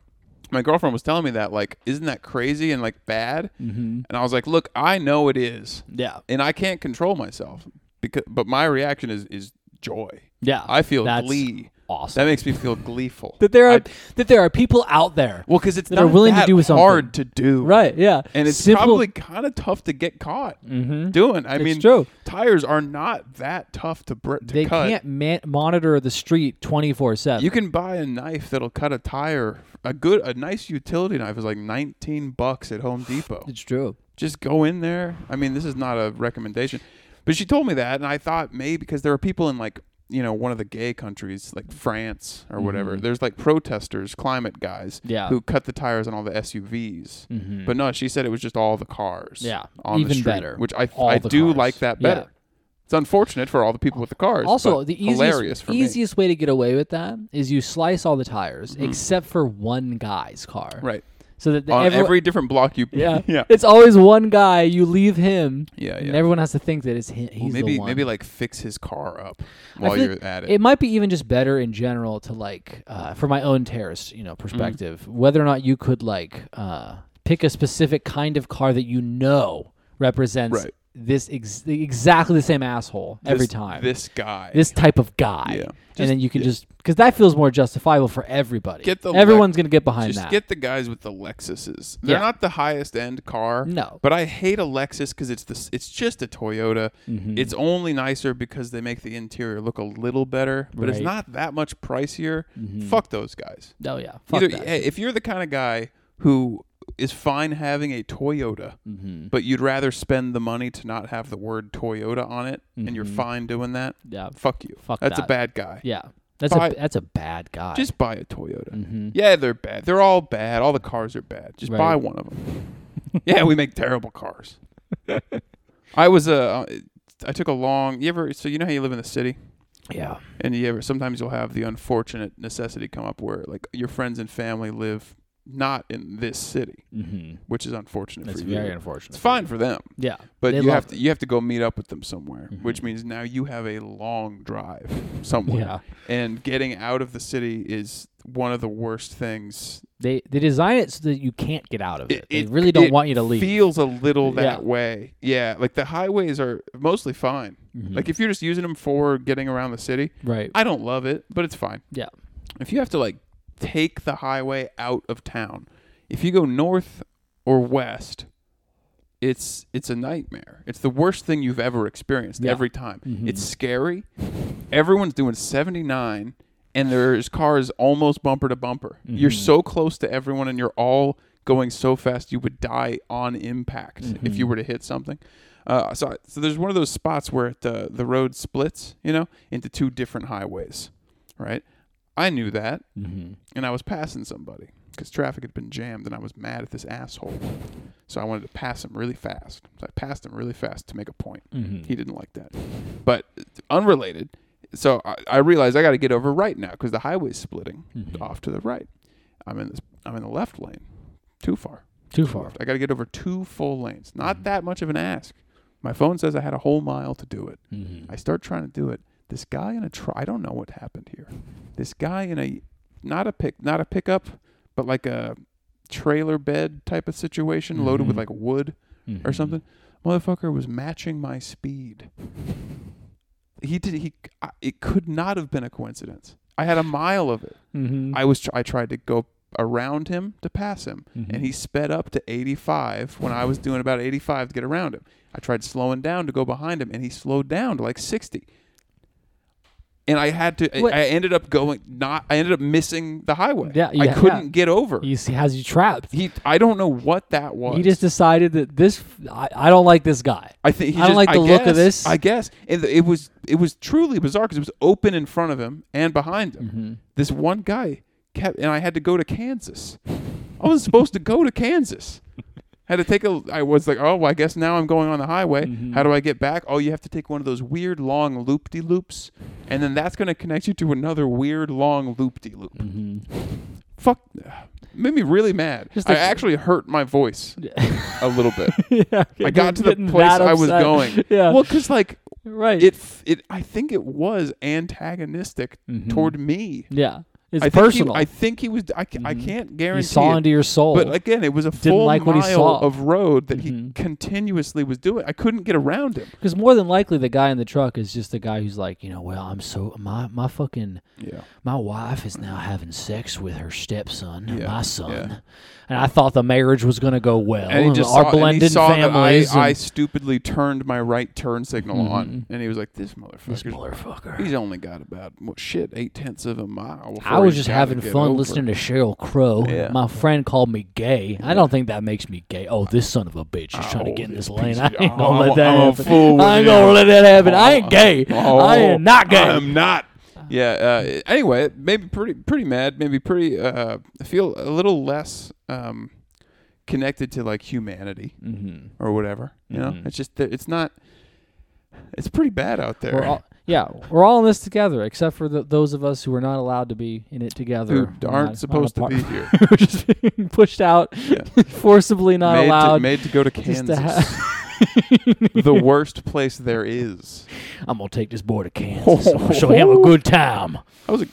S2: My girlfriend was telling me that. Like, isn't that crazy and like bad? Mm-hmm. And I was like, look, I know it is,
S1: Yeah.
S2: and I can't control myself because. But my reaction is is joy.
S1: Yeah.
S2: I feel
S1: That's
S2: glee.
S1: Awesome.
S2: That makes me feel gleeful.
S1: that there are
S2: I-
S1: that there are people out there.
S2: well, because it's
S1: that
S2: not
S1: are willing to
S2: that
S1: do something.
S2: hard to do,
S1: right. Yeah.
S2: And it's
S1: Simple- Mm-hmm.
S2: probably kind of tough to get caught doing. I mean,
S1: true.
S2: tires are not that tough to, br- to
S1: they
S2: cut.
S1: can't man- monitor the street twenty four seven.
S2: You can buy a knife that'll cut a tire a good a nice utility knife is like 19 bucks at Home Depot.
S1: It's true.
S2: Just go in there. I mean, this is not a recommendation, but she told me that, and I thought maybe because there are people in like you know one of the gay countries like France or whatever.
S1: Mhm.
S2: There's like protesters, climate guys
S1: Yeah.
S2: who cut the tires on all the SUVs.
S1: Mhm.
S2: But no, she said it was just all the cars.
S1: Yeah,
S2: on the
S1: even
S2: street,
S1: better.
S2: Which I
S1: All
S2: I
S1: the
S2: do
S1: cars.
S2: like that better.
S1: Yeah.
S2: It's unfortunate for all the people with the cars.
S1: also,
S2: but
S1: the easiest,
S2: hilarious for me.
S1: easiest way to get away with that is you slice all the tires except for one guy's car.
S2: Mm-hmm. Right.
S1: So that the,
S2: on
S1: everyone-
S2: every different block you
S1: yeah.
S2: yeah
S1: It's always one guy. You leave him,
S2: yeah
S1: and
S2: yeah
S1: everyone has to think that it's him. He's
S2: well,
S1: the
S2: maybe
S1: one.
S2: maybe like fix his car up
S1: I
S2: while
S1: feel
S2: you're
S1: like
S2: at it,
S1: It might be even just better in general to like, uh, for my own terrorist, you
S2: Mm-hmm.
S1: know, perspective, whether or not you could like uh, pick a specific kind of car that you know represents
S2: Right.
S1: this ex- exactly the same asshole every
S2: This-
S1: time.
S2: this guy
S1: this type of guy.
S2: Yeah.
S1: and
S2: Just-
S1: then you can just because that feels more justifiable for everybody.
S2: Get the
S1: Everyone's gonna get behind
S2: just
S1: that.
S2: get the guys with the Lexuses. They're
S1: Yeah.
S2: not the highest end car.
S1: No.
S2: but I hate a Lexus because it's this. It's just a Toyota.
S1: Mm-hmm.
S2: It's only nicer because they make the interior look a little better, but it's
S1: Right.
S2: not that much pricier. Fuck those guys.
S1: oh yeah, fuck
S2: Either
S1: that.
S2: hey, if you're the kind of guy who is fine having a Toyota,
S1: Mm. Mm-hmm.
S2: but you'd rather spend the money to not have the word Toyota on it, and you're fine doing that.
S1: Yeah,
S2: Fuck you.
S1: Fuck
S2: That's
S1: Mm-hmm. that.
S2: a bad guy.
S1: yeah. That's
S2: Buy-
S1: a that's a bad guy. Mm-hmm.
S2: Just buy a Toyota. Yeah, they're bad. They're all bad. All the cars are bad. Just
S1: Right.
S2: buy one of them. yeah, we make terrible cars. I was uh, I took a long. You ever? So you know how you live in the city,
S1: yeah,
S2: and you ever sometimes you'll have the unfortunate necessity come up where like your friends and family live not in this city,
S1: mm-hmm.
S2: which is unfortunate
S1: that's
S2: for you.
S1: very
S2: it's
S1: unfortunate.
S2: fine for them,
S1: Yeah,
S2: but
S1: They
S2: you
S1: love Mm-hmm.
S2: have to you have to go meet up with them somewhere, which means now you have a long drive somewhere,
S1: yeah.
S2: and getting out of the city is one of the worst things
S1: They they design it so that you can't get out of it.
S2: it-
S1: they really don't
S2: it
S1: want you to leave.
S2: Feels a little that
S1: Yeah.
S2: way. Yeah, like the highways are mostly fine.
S1: Mm-hmm.
S2: Like if you're just using them for getting around the city,
S1: right.
S2: I don't love it, but it's fine.
S1: yeah.
S2: If you have to like take the highway out of town, if you go north or west, it's it's a nightmare. It's the worst thing you've ever experienced
S1: Yeah. Mm-hmm.
S2: every time. It's scary. Everyone's doing 79 and there's cars almost bumper to bumper. You're
S1: Mm-hmm.
S2: so close to everyone and you're all going so fast you would die on impact if you were to hit something. Uh, so, so there's one of those spots where it, uh, the road splits, you know, into two different highways, right? I knew that,
S1: Mm-hmm.
S2: and I was passing somebody because traffic had been jammed, and I was mad at this asshole. So I wanted to pass him really fast. So I passed him really fast to make a point.
S1: Mm-hmm.
S2: He didn't like that. But unrelated, so I, I realized I got to get over right now because the highway's splitting
S1: Mm-hmm.
S2: off to the right. I'm in this. I'm in the left lane. Too far.
S1: Too far. Mm-hmm.
S2: I got to get over two full lanes. Not that much of an ask. My phone says I had a whole mile to do it.
S1: Mm-hmm.
S2: I start trying to do it. This guy in a tr I don't know what happened here. This guy in a not a pick not a pickup, but like a trailer bed type of situation loaded with
S1: Mhm.
S2: like wood or
S1: Mm-hmm.
S2: something. Motherfucker was matching my speed. He did he I, it could not have been a coincidence. I had a mile of it.
S1: Mm-hmm.
S2: I was tr- I tried to go around him to pass him
S1: Mhm.
S2: and he sped up to 85 when I was doing about 85 to get around him. I tried slowing down to go behind him and he slowed down to like 60. And I had to I-
S1: What-
S2: I ended up going not I ended up missing the highway.
S1: Yeah,
S2: I
S1: yeah,
S2: couldn't
S1: yeah.
S2: get over.
S1: He s- has you trapped.
S2: He I don't know what that was.
S1: He just decided that this I, I don't like this guy.
S2: I think he
S1: I don't
S2: just-
S1: like the look of
S2: guess-
S1: this.
S2: I guess and the- it was it was truly bizarre because it was open in front of him and behind him. This one guy kept, and I had to go to Kansas. I was supposed to go to Kansas. Had to take a. I was like, oh, well, I guess now I'm going on the highway.
S1: Mm-hmm.
S2: How do I get back? Oh, you have to take one of those weird long loop de loops, and then that's going to connect you to another weird long loop de loop. mm-hmm. Fuck, made me really mad.
S1: Just
S2: I
S1: like-
S2: actually hurt my voice a little bit.
S1: yeah,
S2: I got to the
S1: getting
S2: place
S1: that
S2: I was
S1: upset.
S2: going.
S1: Yeah,
S2: Well, because like
S1: right.
S2: it, f- it, I think it was antagonistic toward me.
S1: Mm-hmm. yeah, it's
S2: I think he-
S1: personal.
S2: I think he was. I, ca- I can't
S1: you
S2: guarantee.
S1: saw
S2: it,
S1: into your soul.
S2: But again, it was a full
S1: like what
S2: mile
S1: he saw.
S2: of road that he
S1: Mhm.
S2: continuously was doing. I couldn't get around him.
S1: Because more than likely, the guy in the truck is just the guy who's like, you know, well, I'm so my my fucking
S2: Yeah.
S1: my wife is now having sex with her stepson,
S2: Yeah,
S1: my son. and I thought the marriage was going to go well.
S2: and he just
S1: Oh, our
S2: saw, and he
S1: blended
S2: saw that I,
S1: families. and Mm-hmm.
S2: I stupidly turned my right turn signal on, and he was like, "This
S1: this
S2: motherfucker,
S1: motherfucker.
S2: he's only got about what shit eight tenths of a mile." Before
S1: I was
S2: he's
S1: just
S2: gotta
S1: having
S2: get
S1: fun
S2: over."
S1: listening to Cheryl Crow.
S2: Yeah.
S1: My friend called me gay. I don't think that makes me gay. Oh, this son of a bitch is trying to
S2: Oh,
S1: get in this
S2: this
S1: lane.
S2: piece
S1: I
S2: of-
S1: ain't
S2: oh,
S1: gonna let that
S2: I'm a
S1: happen.
S2: fool with
S1: I ain't
S2: you.
S1: gonna let that happen. I
S2: Oh,
S1: ain't gay. I am not gay.
S2: I am not. Yeah. Uh, anyway, maybe pretty pretty mad. Maybe pretty. Uh, I feel a little less um, connected to like humanity
S1: mm-hmm.
S2: or whatever. You know,
S1: Mhm.
S2: it's just that it's not. It's pretty bad out there.
S1: We're all, yeah, we're all in this together, except for the, those of us who are not allowed to be in it
S2: who
S1: together. We're
S2: aren't
S1: not-
S2: supposed to
S1: not a
S2: be here.
S1: part- We're just being pushed out,
S2: Yeah.
S1: forcibly not
S2: made
S1: allowed.
S2: To, made to go to
S1: just to
S2: Kansas. the worst place there is.
S1: I'm gonna take this boy to Kansas. I'm gonna show him a good time.
S2: I was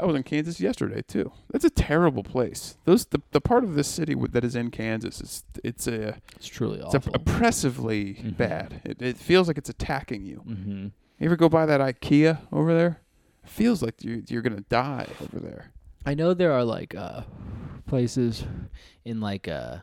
S2: I was in Kansas yesterday too. That's a terrible place. Those the, the part of this city with- that is in Kansas is it's a
S1: It's truly
S2: it's a,
S1: awful.
S2: oppressively
S1: Mhm.
S2: bad. It, it feels like it's attacking you.
S1: mm-hmm.
S2: You ever go by that IKEA over there? It feels like you you're gonna die over there.
S1: I know there are like uh, places in like uh,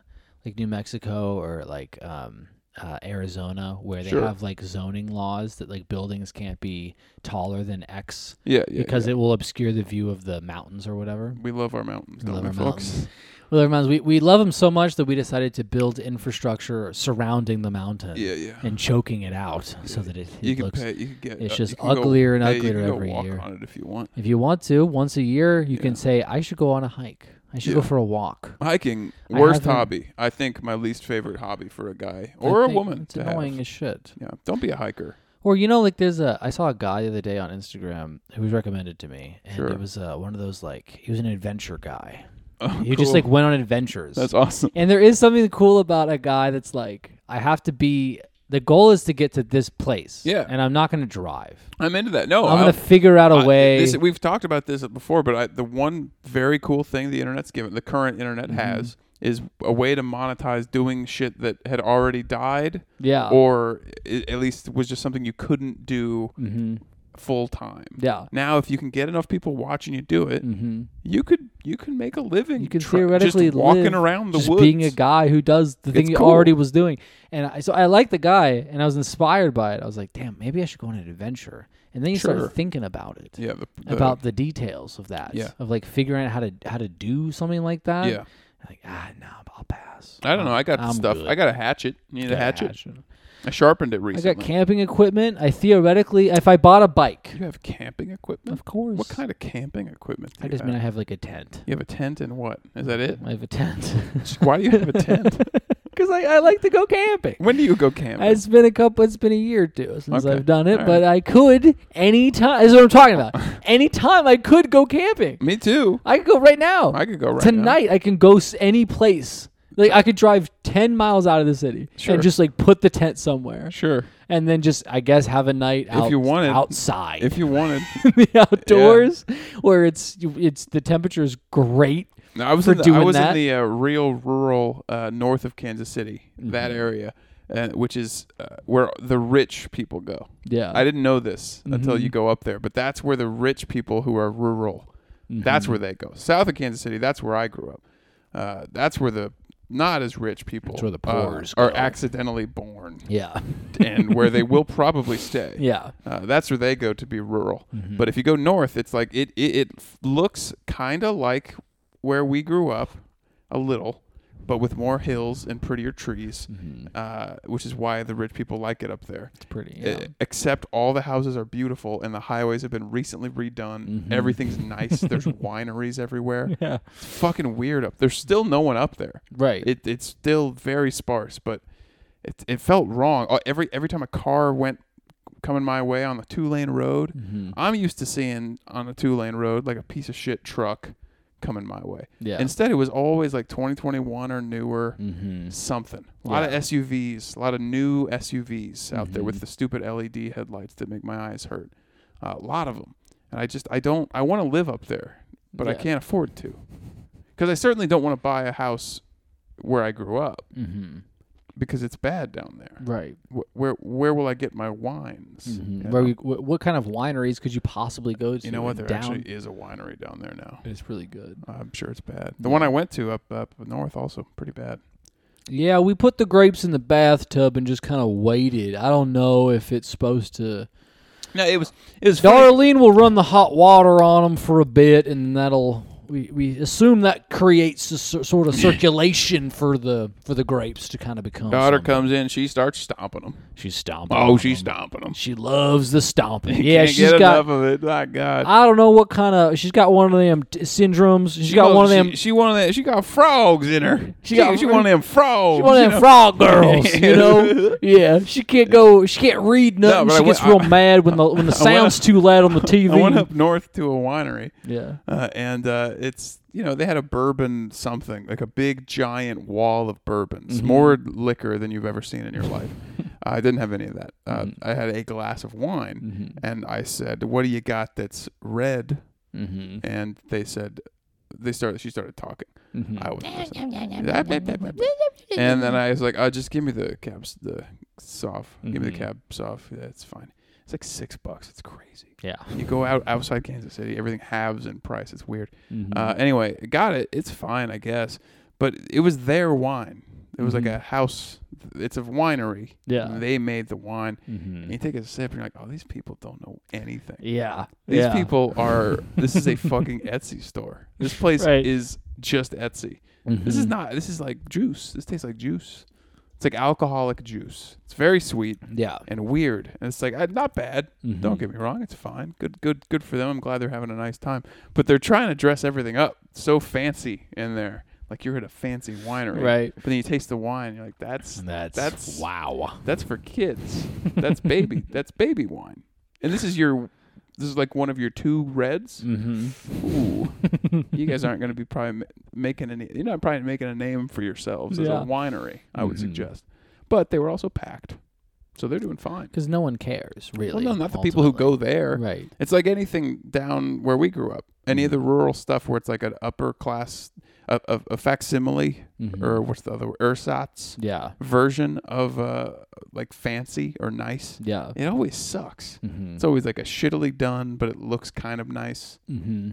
S1: like New Mexico or like um, uh, Arizona where they
S2: Sure.
S1: have like zoning laws that like buildings can't be taller than X
S2: Yeah, yeah.
S1: because it will obscure the view of the mounins or whatever.
S2: we love our mountains,
S1: We
S2: don't
S1: love
S2: we,
S1: our
S2: folks?
S1: mountains. Well, the mountains, we we love them so much that we decided to build infrastructure surrounding the mountain
S2: Yeah, yeah.
S1: and choking it out so that it,
S2: you
S1: it
S2: can
S1: looks.
S2: pay. You can get.
S1: it's
S2: uh,
S1: just
S2: you can go-
S1: uglier and
S2: hey, you
S1: uglier
S2: can go
S1: every
S2: walk
S1: year.
S2: on it if you want.
S1: If you want to, once a year, you
S2: Yeah.
S1: can say, "I should go on a hike. I should go
S2: Yeah.
S1: for a walk."
S2: Hiking,
S1: I
S2: worst
S1: haven't-
S2: hobby. I think my least favorite hobby for a guy
S1: I
S2: or a
S1: think
S2: woman.
S1: It's
S2: to have.
S1: annoying as shit.
S2: Yeah, don't be a hiker.
S1: Or you know, like there's a I saw a guy the other day on Instagram who was recommended to me, and
S2: Sure.
S1: it was uh, one of those like he was an adventure guy.
S2: Oh,
S1: He just
S2: cool.
S1: like went on adventures.
S2: that's awesome.
S1: and there is something cool about a guy that's like, I have to be. The goal is to get to this place.
S2: Yeah.
S1: and I'm not going to drive.
S2: I'm into that. No,
S1: I'm
S2: I-
S1: going to figure out a
S2: I-
S1: way.
S2: this- we've talked about this before, but I, the one very cool thing the internet's given, the current internet
S1: Mm-hmm.
S2: has, is a way to monetize doing shit that had already died,
S1: yeah.
S2: or i at least was just something you couldn't do
S1: mm-hmm.
S2: full time.
S1: Yeah.
S2: Now, if you can get enough people watching you do it,
S1: Mm-hmm.
S2: you could you can make a living.
S1: You can
S2: tr-
S1: theoretically
S2: just walking
S1: live
S2: around the
S1: just
S2: woods.
S1: being a guy who does the thing
S2: It's
S1: he
S2: cool.
S1: already was doing. And I, so I liked the guy, and I was inspired by it. I was like, damn, maybe I should go on an adventure. And then you
S2: Sure.
S1: start thinking about it,
S2: yeah, the, the,
S1: about the details of that,
S2: Yeah.
S1: of like figuring out how to how to do something like that.
S2: yeah.
S1: Like ah, no, I'll pass.
S2: I don't know. I got the
S1: I'm
S2: stuff.
S1: good.
S2: I got a hatchet. You need
S1: Got
S2: a hatchet?
S1: hatchet.
S2: I sharpened it
S1: I
S2: recently.
S1: got camping equipment. I theoretically, if I bought a bike,
S2: You have camping equipment?
S1: of course.
S2: What kind of camping equipment? Do
S1: I
S2: you
S1: just
S2: have?
S1: mean I have like a tent.
S2: you have a tent and what? Is that it?
S1: I have a tent
S2: Why do you have a tent?
S1: because I, I like to go camping.
S2: When do you go camping?
S1: It's been a couple. It's been a year or two since
S2: Okay.
S1: I've done it,
S2: All
S1: but I could any time. Is what I'm talking about. any time I could go camping.
S2: Me too.
S1: I could go right now.
S2: I could go right now.
S1: Tonight I can go s- any place. Like I could drive ten miles out of the city
S2: Sure.
S1: and just like put the tent somewhere,
S2: Sure.
S1: and then just I guess have a night out,
S2: you wanted-
S1: outside
S2: If you wanted,
S1: in the outdoors where it's you- it's the temperature is great.
S2: no, I was
S1: For
S2: in the, I
S1: doing
S2: was
S1: that?
S2: in the uh, real rural uh, north of Kansas City, that
S1: Mm-hmm.
S2: area, uh, which is uh, where the rich people go.
S1: Yeah, Mm-hmm.
S2: I didn't know this until you go up there, but that's where the rich people who are rural, that's
S1: Mm-hmm.
S2: where they go. South of Kansas City, that's where I grew up. Uh, that's where the not as rich people
S1: where the
S2: uh,
S1: poors
S2: are
S1: go.
S2: accidentally born
S1: yeah,
S2: and where they will probably stay.
S1: yeah. Mm-hmm.
S2: Uh, that's where they go to be rural. But if you go north, it's like it it, it f- looks kind of like where we grew up a little, but with more hills and prettier trees,
S1: Mm-hmm.
S2: uh, which is why the rich people like it up there.
S1: It's pretty.
S2: E-
S1: Yeah.
S2: Except all the houses are beautiful and the highways have been recently redone. Everything's nice. There's wineries everywhere.
S1: Mm-hmm. Yeah.
S2: It's fucking weird up. There's still no one up there.
S1: Right.
S2: It it's still very sparse, but it it felt wrong. Uh, Every every time a car went coming my way on the two lane road, I'm used to seeing on a two lane road like a piece of shit truck coming my way.
S1: yeah.
S2: Instead, it was always like 2021 or newer,
S1: Mm-hmm.
S2: something. A lot
S1: Yeah.
S2: of SUVs, a lot of new SUVs out there
S1: Mm-hmm.
S2: with the stupid LED headlights that make my eyes hurt. Uh, a lot of them, and I just I don't I want to live up there, but I
S1: Yeah.
S2: can't afford to, because I certainly don't want to buy a house where I grew up.
S1: mm-hmm.
S2: because it's bad down there.
S1: Right.
S2: Wh- Where where will I get my wines? You
S1: Mm-hmm. Where
S2: know?
S1: we, wh- what kind of wineries could you possibly go to?
S2: Mm-hmm. you know what? There
S1: down?
S2: actually is a winery down there now.
S1: It's really good.
S2: I'm sure it's bad. The one I went to up up north also pretty bad.
S1: Yeah, we put the grapes in the bathtub and just kind of waited. I don't know if it's supposed to.
S2: No, it was it was
S1: Darlene will run the hot water on them for a bit, and that'll. We, we assume that creates a cer- sort of circulation for the for the grapes to kind of become.
S2: Daughter
S1: something.
S2: comes in, she starts stomping them.
S1: She's stomping.
S2: Oh,
S1: on
S2: she's
S1: them.
S2: stomping them.
S1: She loves the stomping. yeah,
S2: Can't
S1: she's
S2: get
S1: got.
S2: enough of it. My God,
S1: I don't know what kind of. She's got one of them t- syndromes. She's got
S2: knows
S1: one of them.
S2: She, she one of them. She got frogs in her. She,
S1: got-
S2: got she one of them frogs.
S1: She one of
S2: you
S1: them
S2: know?
S1: frog girls, you
S2: Yeah.
S1: know. Yeah, she can't go. She can't read nothing.
S2: but I
S1: she
S2: went-
S1: gets real
S2: I-
S1: mad when the when the
S2: I went
S1: sound's too loud on the TV.
S2: I went up north to a winery,
S1: Yeah,
S2: uh, and uh, it's you know they had a bourbon something like a big giant wall of bourbons, more liquor than you've ever seen in your life. I didn't have any of that. Uh, I had a glass of wine, and I said, "What do you got that's red?"
S1: mm-hmm.
S2: And they said, "They started." She started talking.
S1: Mm-hmm.
S2: I wasn't listening. and then I was like, oh, just give me the cabs, the soft. Give me the
S1: Mhm.
S2: cab soft. Yeah, it's fine. It's like six bucks. It's crazy.
S1: yeah.
S2: You go out outside Kansas City, everything halves in price. It's weird.
S1: Mhm.
S2: Uh, anyway, got it. It's fine, I guess. But it was their wine. It was like
S1: Mhm.
S2: a house. It's a winery.
S1: Yeah.
S2: They made the wine. And
S1: Mhm.
S2: you take a sip and you're like, oh, these people don't know anything.
S1: Yeah.
S2: These
S1: yeah.
S2: people are. This is a fucking Etsy store. This place
S1: Right.
S2: is just Etsy. This is
S1: Mhm.
S2: not. This is like juice. This tastes like juice. It's like alcoholic juice. It's very sweet
S1: Yeah.
S2: and weird, and it's like uh, not bad.
S1: Mhm.
S2: Don't get me wrong. It's fine. Good, good, good for them. I'm glad they're having a nice time. But they're trying to dress everything up so fancy in there, like you're at a fancy winery.
S1: Right.
S2: But then you taste the wine, you're like, that's
S1: That's,
S2: That's-
S1: wow.
S2: that's for kids. That's baby. that's baby wine. And this is your. This is like one of your two reds.
S1: Mm-hmm.
S2: Ooh, you guys aren't going to be probably ma- making any. You're not probably making a name for yourselves as
S1: Yeah.
S2: a winery. I would
S1: Mhm.
S2: suggest, but they were also packed, so they're doing fine.
S1: Because no one cares really.
S2: well, no, not the people who go there.
S1: Right.
S2: It's like anything down where we grew up. Any of
S1: Mm-hmm.
S2: the rural stuff where it's like an upper class, a, a, a facsimile,
S1: Mhm.
S2: or what's the other ersatz
S1: Yeah.
S2: version of uh like fancy or nice.
S1: Yeah.
S2: It always sucks.
S1: Mm-hmm.
S2: It's always like a shittily done, but it looks kind of nice.
S1: mm-hmm.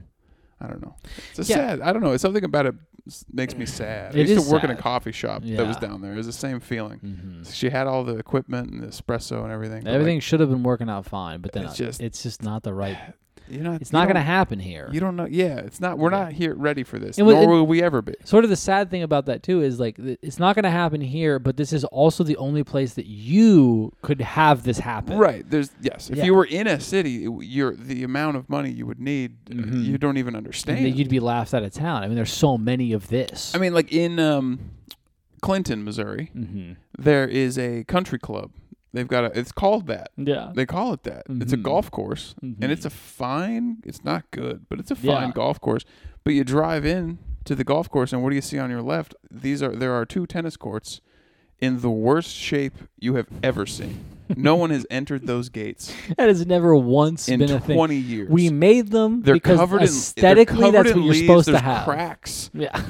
S2: I don't know. It's a
S1: Yeah.
S2: sad. I don't know. It's something about it s- makes me sad. I
S1: It
S2: used
S1: is
S2: to work in
S1: sad.
S2: a coffee shop that was
S1: Yeah.
S2: down there. It was the same feeling.
S1: Mm-hmm.
S2: She had all the equipment and the espresso and everything. but, like,
S1: Everything should have been working out fine, but then
S2: It's
S1: it's just,
S2: just-
S1: it's just not the right.
S2: you're not.
S1: It's
S2: you
S1: not going to
S2: don't-
S1: happen here.
S2: You don't know. Yeah, it's not. We're
S1: Yeah.
S2: not here ready for this.
S1: And we-
S2: nor
S1: and-
S2: will we ever be.
S1: sort of the sad thing about that too is like th- it's not going to happen here, but this is also the only place that you could have this happen.
S2: Right. There's yes. If
S1: Yeah.
S2: you were in a city, it- you're the amount of money you would need. uh,
S1: Mhm.
S2: You don't even
S1: And then
S2: understand.
S1: you'd be laughed out of town. I mean, there's so many of this.
S2: I mean, like in um, Clinton, Missouri,
S1: mean,
S2: there is a country club. They've got a. It's called that.
S1: mm-hmm. yeah,
S2: They call it that. It's a
S1: Mhm.
S2: golf course, and it's a fine. It's not good, but it's a fine
S1: Mm. Yeah.
S2: golf course. But you drive in to the golf course, and what do you see on your left? These are there are two tennis courts in the worst shape you have ever seen. no one has entered those gates
S1: that has never once
S2: in
S1: been a thing.
S2: twenty years.
S1: We made them
S2: they're
S1: because
S2: covered in
S1: aesthetically
S2: they're covered
S1: that's what
S2: in
S1: you're
S2: leaves.
S1: supposed
S2: There's
S1: to have.
S2: Cracks,
S1: Yeah,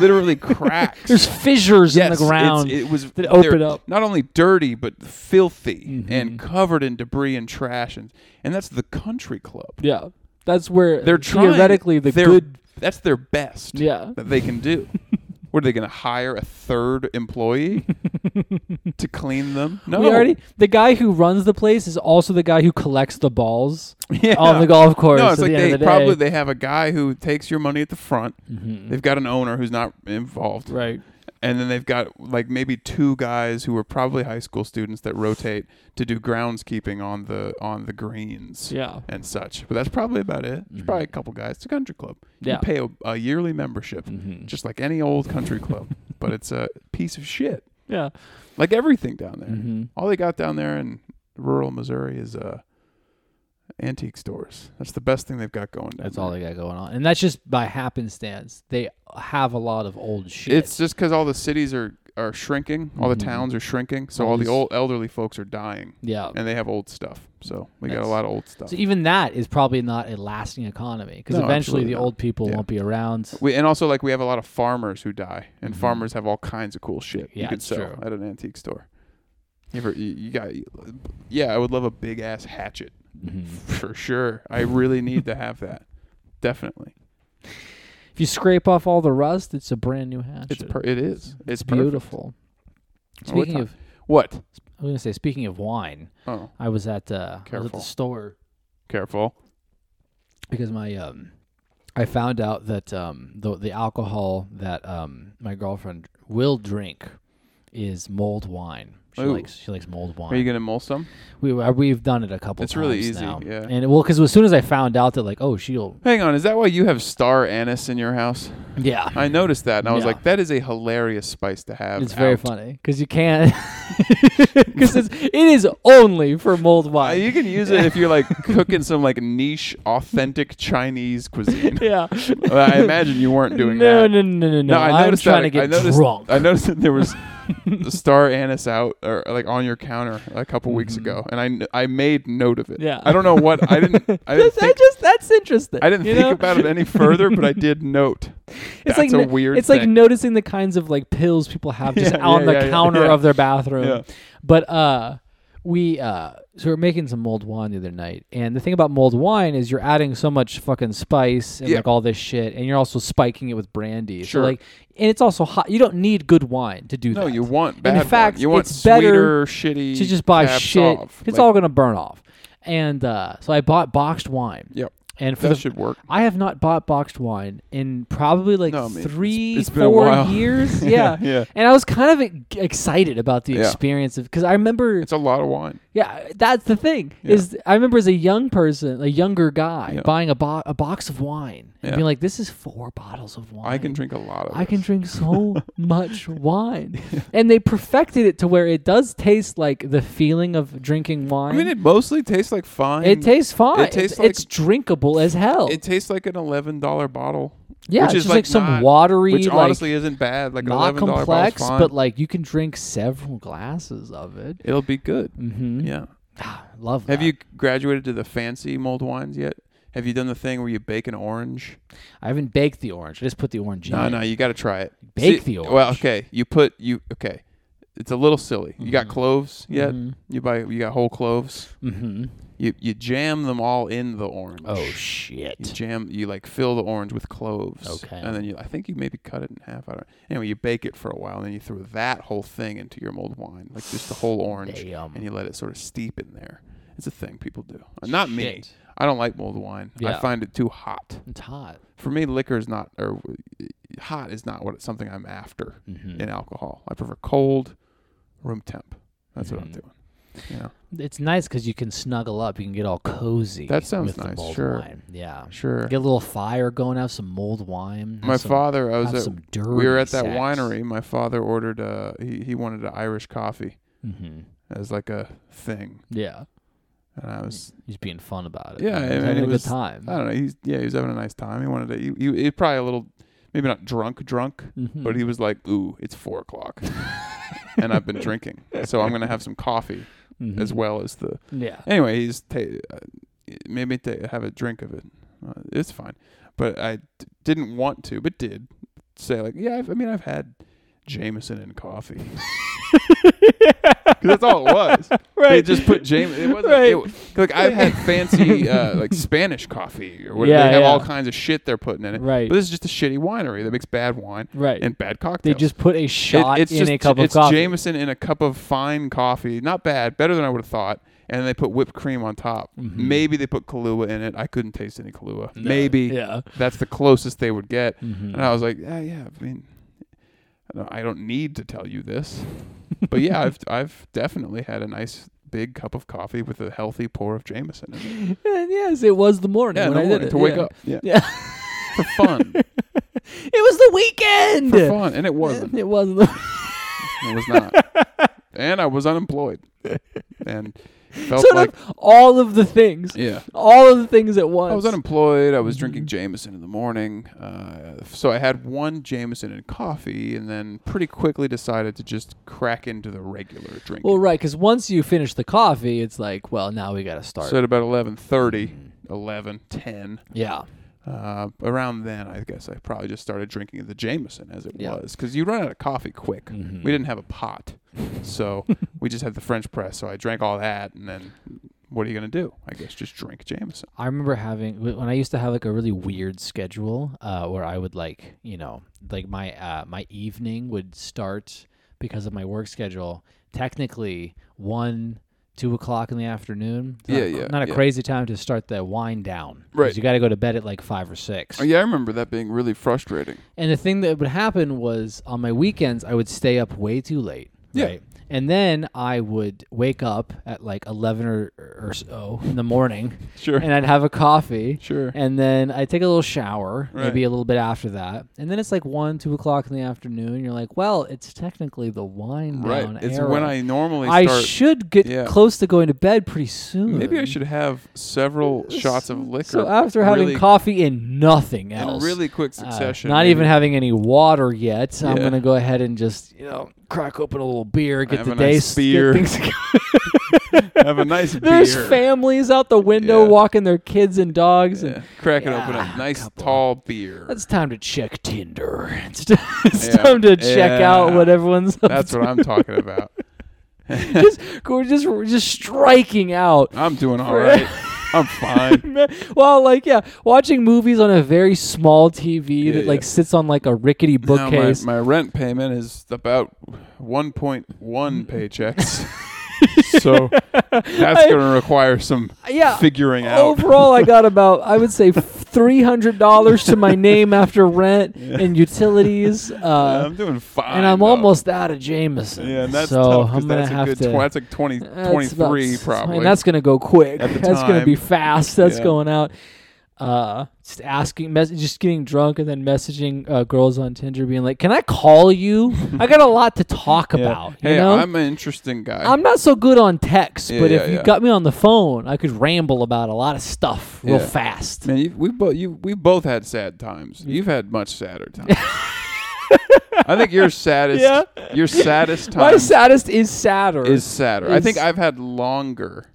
S2: literally cracks.
S1: there's fissures
S2: yes,
S1: in the
S2: it's-
S1: ground.
S2: it was
S1: that
S2: they're
S1: open up.
S2: Not only dirty, but filthy
S1: Mhm.
S2: and covered in debris and trash, and and that's the country club.
S1: yeah, that's where
S2: They're trying.
S1: theoretically the
S2: they're-
S1: good.
S2: That's their best
S1: Yeah,
S2: that they can do. what are they going to hire a third employee to clean them? No,
S1: we already the guy who runs the place is also the guy who collects the balls.
S2: yeah.
S1: on the golf course.
S2: No,
S1: at
S2: it's
S1: the
S2: like
S1: end
S2: they
S1: of the
S2: probably
S1: day. Mm-hmm.
S2: they have a guy who takes your money at the front. They've got an owner who's not involved,
S1: right.
S2: and then they've got like maybe two guys who are probably high school students that rotate to do groundskeeping on the on the greens
S1: Yeah. Mm-hmm.
S2: and such. But that's probably about it. There's probably a couple guys. It's a country club.
S1: Yeah.
S2: You pay a, a yearly membership,
S1: Mhm.
S2: just like any old country club, but it's a piece of shit.
S1: Yeah.
S2: Like everything down there.
S1: Mm-hmm.
S2: All they got down there in rural Missouri is uh, antique stores. That's the best thing they've got going. Down
S1: That's
S2: there.
S1: all they got going on, and that's just by happenstance. They have a lot of old shit.
S2: It's just because all the cities are are shrinking. All the towns are shrinking.
S1: Mm-hmm.
S2: So
S1: All
S2: all, the
S1: these-
S2: old elderly folks are dying,
S1: Yeah.
S2: and they have old stuff. So we got
S1: Nice.
S2: a lot of old stuff.
S1: So even that is probably not a lasting economy because
S2: No,
S1: eventually
S2: absolutely
S1: the
S2: not.
S1: old people
S2: Yeah.
S1: won't be around.
S2: we, and also like we have a lot of farmers who die, and farmers have all kinds of cool shit
S1: Mm-hmm. Yeah,
S2: you could
S1: it's
S2: sell
S1: true.
S2: at an antique store. You ever you, you got? Yeah, I would love a big ass hatchet
S1: Mm-hmm.
S2: for sure. I really need to have that. Definitely,
S1: If you scrape off all the rust, it's a brand new hatchet.
S2: it's per- it is. It's perfect.
S1: beautiful.
S2: Oh, we're
S1: Speaking
S2: ti-
S1: of,
S2: what?
S1: I was gonna say, speaking of wine,
S2: Oh,
S1: I was at uh, I was at the
S2: Careful.
S1: store
S2: careful.
S1: because my um, I found out that um, the the alcohol that um my girlfriend will drink is mold wine. She
S2: Ooh.
S1: likes she likes mold wine.
S2: Are you gonna mull some?
S1: we uh, we've done it a couple.
S2: It's
S1: times
S2: really easy,
S1: now.
S2: yeah.
S1: And well, because as soon as I found out that like, oh, she'll
S2: Hang on, is that why you have star anise in your house?
S1: yeah.
S2: I noticed that, and I was
S1: Yeah.
S2: like, that is a hilarious spice to have.
S1: It's very
S2: out.
S1: funny because you can't because it's it is only for mold
S2: Uh,
S1: wine.
S2: you can use it if you're like cooking some like niche, authentic Chinese cuisine.
S1: yeah.
S2: Well, I imagine you weren't doing
S1: no,
S2: that.
S1: no, no, no, no.
S2: I
S1: I'm
S2: noticed
S1: trying
S2: that.
S1: to get
S2: I noticed,
S1: drunk.
S2: I noticed that there was star anise out or like on your counter a couple weeks
S1: Mhm.
S2: ago, and I kn- I made note of it.
S1: Yeah.
S2: I don't know what I didn't. I didn't
S1: that's, I
S2: think,
S1: just that's interesting.
S2: I didn't
S1: you
S2: think
S1: know?
S2: about it any further, but I did note.
S1: It's
S2: That's
S1: like
S2: a
S1: no-
S2: weird.
S1: It's like
S2: thing.
S1: noticing the kinds of like pills people have just
S2: Yeah,
S1: on
S2: yeah,
S1: the
S2: yeah, yeah,
S1: counter
S2: yeah.
S1: of their bathroom.
S2: Yeah.
S1: But uh we uh so we're making some mulled wine the other night. And the thing about mulled wine is you're adding so much fucking spice and
S2: Yeah.
S1: like all this shit and you're also spiking it with brandy.
S2: Sure.
S1: So like and it's also hot. You don't need good wine to do that.
S2: No, you want bad. wine.
S1: fact,
S2: you want
S1: it's better
S2: sweeter, shitty.
S1: to just buy
S2: Cab
S1: shit.
S2: Sauv.
S1: It's
S2: Like,
S1: all gonna burn off. And uh so I bought boxed wine.
S2: Yep.
S1: And for
S2: That
S1: the,
S2: should work.
S1: I have not bought boxed wine in probably like
S2: No, I mean, it's-
S1: three,
S2: it's been a
S1: four
S2: while.
S1: years. Yeah.
S2: yeah.
S1: And I was kind of e- excited about the
S2: Yeah.
S1: experience of because I remember,
S2: It's a lot of wine.
S1: yeah, that's the thing
S2: Yeah.
S1: is I remember as a young person, a younger guy,
S2: Yeah.
S1: buying a, bo- a box of wine and
S2: Yeah.
S1: being like, "This is four bottles of wine.
S2: I can drink a lot of.
S1: I
S2: it.
S1: can drink so much wine." And they perfected it to where it does taste like the feeling of drinking wine.
S2: I mean, it mostly tastes like fine.
S1: It tastes fine.
S2: it tastes
S1: it's,
S2: like-
S1: it's drinkable as hell.
S2: It tastes like an eleven dollar bottle.
S1: yeah,
S2: which
S1: it's
S2: is
S1: just like,
S2: like
S1: some
S2: not-
S1: watery,
S2: which
S1: like,
S2: honestly isn't bad. Like an
S1: not
S2: eleven dollar bottle,
S1: complex,
S2: fine.
S1: but like you can drink several glasses of it.
S2: it'll be good.
S1: Mm-hmm.
S2: Yeah.
S1: Love that.
S2: Have you graduated to the fancy mulled wines yet? Have you done the thing where you bake an orange?
S1: I haven't baked the orange. I just put the orange
S2: No,
S1: in.
S2: no, you got to try it.
S1: Bake
S2: See-
S1: the
S2: Well,
S1: orange.
S2: okay, you put you okay. It's a little silly. You got
S1: Mhm.
S2: cloves yet?
S1: Mhm.
S2: You buy you got whole cloves.
S1: Mm-hmm.
S2: You you jam them all in the orange.
S1: Oh
S2: You
S1: shit.
S2: jam you like fill the orange with cloves.
S1: Okay.
S2: And then you I think you maybe cut it in half. I don't anyway, you bake it for a while and then you throw that whole thing into your mulled wine. Like just the whole orange.
S1: Damn.
S2: And you let it sort of steep in there. It's a thing people do. Uh, Not me.
S1: Shit.
S2: I don't like mulled wine.
S1: Yeah.
S2: I find it too hot.
S1: It's hot.
S2: For me, liquor is not or uh, hot is not what something I'm after
S1: Mm-hmm.
S2: in alcohol. I prefer cold, room temp. That's what I'm
S1: Mhm.
S2: doing. You know,
S1: It's nice because you can snuggle up. You can get all cozy.
S2: That sounds
S1: with the
S2: nice,
S1: mulled
S2: sure.
S1: Wine. Yeah.
S2: sure.
S1: Get a little fire going. Have some mulled wine. have
S2: My
S1: some,
S2: father, I was
S1: have
S2: at
S1: some dirty.
S2: we were at that
S1: sex.
S2: winery. My father ordered uh he, he wanted an Irish coffee
S1: Mhm.
S2: as like a thing,
S1: Yeah.
S2: and I was
S1: He's being fun about it.
S2: Yeah,
S1: He's
S2: I mean,
S1: having a
S2: it was-
S1: good time.
S2: I don't know. He's yeah, he was having a nice time. He wanted to. He, he, he probably a little maybe not drunk drunk,
S1: Mhm.
S2: but he was like, ooh, it's four o'clock, and I've been drinking, so I'm gonna have some coffee
S1: Mhm.
S2: as well as the
S1: Yeah.
S2: anyway. He's ta- uh, made me ta- have a drink of it. Uh, it's fine, but I d- didn't want to, but did say like yeah. I've, I mean, I've had Jameson and coffee. 'Cause that's all it was.
S3: Right.
S2: They just put James. It wasn't.
S3: Right.
S2: It, wa- like I've had fancy uh, like Spanish coffee or whatever.
S1: Yeah,
S2: they have
S1: yeah.
S2: all kinds of shit they're putting in it.
S1: Right.
S2: But this is just a shitty winery that makes bad wine
S1: Right.
S2: and bad
S1: They
S2: cocktails.
S1: just put a
S2: It-
S1: shot
S2: it's
S1: in
S2: just,
S1: a cup
S2: it's
S1: of coffee.
S2: Jameson in a cup of fine coffee. Not bad. Better than I would have thought. And they put whipped cream on top. Maybe they put Kahlua in it. I couldn't taste any Kahlua. Maybe
S1: Mm-hmm. Yeah. Mm-hmm.
S2: that's the closest they would get. And I was like, yeah, yeah. I mean, I don't- I don't need to tell you this, but yeah, I've I've definitely had a nice big cup of coffee with a healthy pour of Jameson. In it.
S1: And yes, it was the morning
S2: Yeah, in
S1: when
S2: the
S1: I did
S2: morning
S1: it.
S2: to wake
S1: yeah.
S2: up. Yeah,
S1: Yeah.
S2: for fun,
S1: it was the weekend.
S2: for fun, and it wasn't.
S1: It was the
S2: It was not. and I was unemployed, and felt
S1: Sort
S2: like
S1: of all of the things,
S2: yeah.
S1: all of the things at once.
S2: I was unemployed. I was drinking
S1: Mm-hmm.
S2: Jameson in the morning, uh, so I had one Jameson and coffee, and then pretty quickly decided to just crack into the regular drinking.
S1: well, right, because once you finish the coffee, it's like, well, now we got to start.
S2: so at about 11.30,
S1: Mm-hmm.
S2: 11, 10,
S1: yeah,
S2: uh, around then, I guess I probably just started drinking the Jameson as it
S1: Yeah. Mm-hmm.
S2: was. Because you run out of coffee quick. We didn't have a pot. So we just had the French press. So I drank all that. And then what are you going to do? I guess just drink Jameson.
S1: I remember having wh- when I used to have like a really weird schedule uh, where I would like you know like my uh, my evening would start because of my work schedule technically one two o'clock in the afternoon. It's not
S2: Yeah,
S1: a, cr-
S2: yeah,
S1: Not a
S2: yeah.
S1: crazy time to start the wind down. 'cause
S2: Right.
S1: You got to go to bed at like five or six.
S2: Oh, yeah, I remember that being really frustrating.
S1: And the thing that would happen was on my weekends, I would stay up way too late.
S2: Yeah.
S1: Right. And then I would wake up at like 11 or, or so in the morning.
S2: Sure.
S1: And I'd have a coffee.
S2: Sure.
S1: And then I'd take a little shower,
S2: Right.
S1: maybe a little bit after that. And then it's like 1, 2 o'clock in the afternoon. You're like, well, it's technically the wind
S2: Right.
S1: down
S2: It's
S1: era.
S2: when I normally
S1: I
S2: start.
S1: should get
S2: Yeah.
S1: close to going to bed pretty soon.
S2: maybe I should have several shots of liquor.
S1: So after having
S2: really,
S1: coffee and nothing
S2: in
S1: else,
S2: really quick
S1: uh,
S2: succession.
S1: not
S2: maybe
S1: even having any water yet. so I'm
S2: Yeah.
S1: gonna go ahead and just you know crack open a little beer, get
S2: Have
S1: the
S2: a
S1: day
S2: nice
S1: s-
S2: beer.
S1: Get things
S2: have a nice beer.
S1: There's families out the window
S2: Yeah.
S1: walking their kids and dogs, and
S2: Yeah, crack it open
S1: Yeah,
S2: a nice
S1: couple.
S2: tall beer.
S1: it's time to check Tinder. It's, t- it's
S2: Yeah.
S1: time to check out
S2: Yeah.
S1: what everyone's. up
S2: That's
S1: to.
S2: what I'm talking about.
S1: just we're just we're just striking out.
S2: I'm doing all right. I'm fine.
S1: Well, like yeah, watching movies on a very small TV
S2: Yeah,
S1: that like
S2: yeah.
S1: sits on like a rickety
S2: Now my,
S1: bookcase.
S2: my rent payment is about 1.1
S1: Mm.
S2: paychecks. so that's
S1: I-
S2: going to require some
S1: yeah,
S2: figuring out.
S1: Overall, I got about I would say three hundred dollars to my name after rent and utilities,
S2: Yeah,
S1: uh,
S2: I'm doing fine.
S1: and I'm
S2: though.
S1: almost out of Jameson.
S2: Yeah, and that's
S1: so
S2: tough 'cause
S1: I'm gonna
S2: that's a
S1: have
S2: good
S1: to.
S2: tw- that's like 20,
S1: that's
S2: 23
S1: about-
S2: probably.
S1: Man, that's gonna go quick.
S2: At the
S1: That's gonna be
S2: time.
S1: fast. That's
S2: Yeah.
S1: going out. Uh, just asking, mes- just getting drunk, and then messaging uh, girls on Tinder, being like, "Can I call you? I got a lot to talk
S2: Yeah.
S1: about." You
S2: Hey,
S1: know?
S2: I'm an interesting guy.
S1: I'm not so good on text,
S2: Yeah,
S1: but
S2: yeah,
S1: if you
S2: yeah.
S1: got me on the phone, I could ramble about a lot of stuff real
S2: Yeah.
S1: fast.
S2: Man, you, we both you we both had sad times. You've had much sadder times. I think your saddest
S1: Yeah.
S2: your saddest
S1: My
S2: time
S1: saddest is sadder.
S2: is sadder. I
S1: is-
S2: think
S1: Mm-hmm.
S2: I've had longer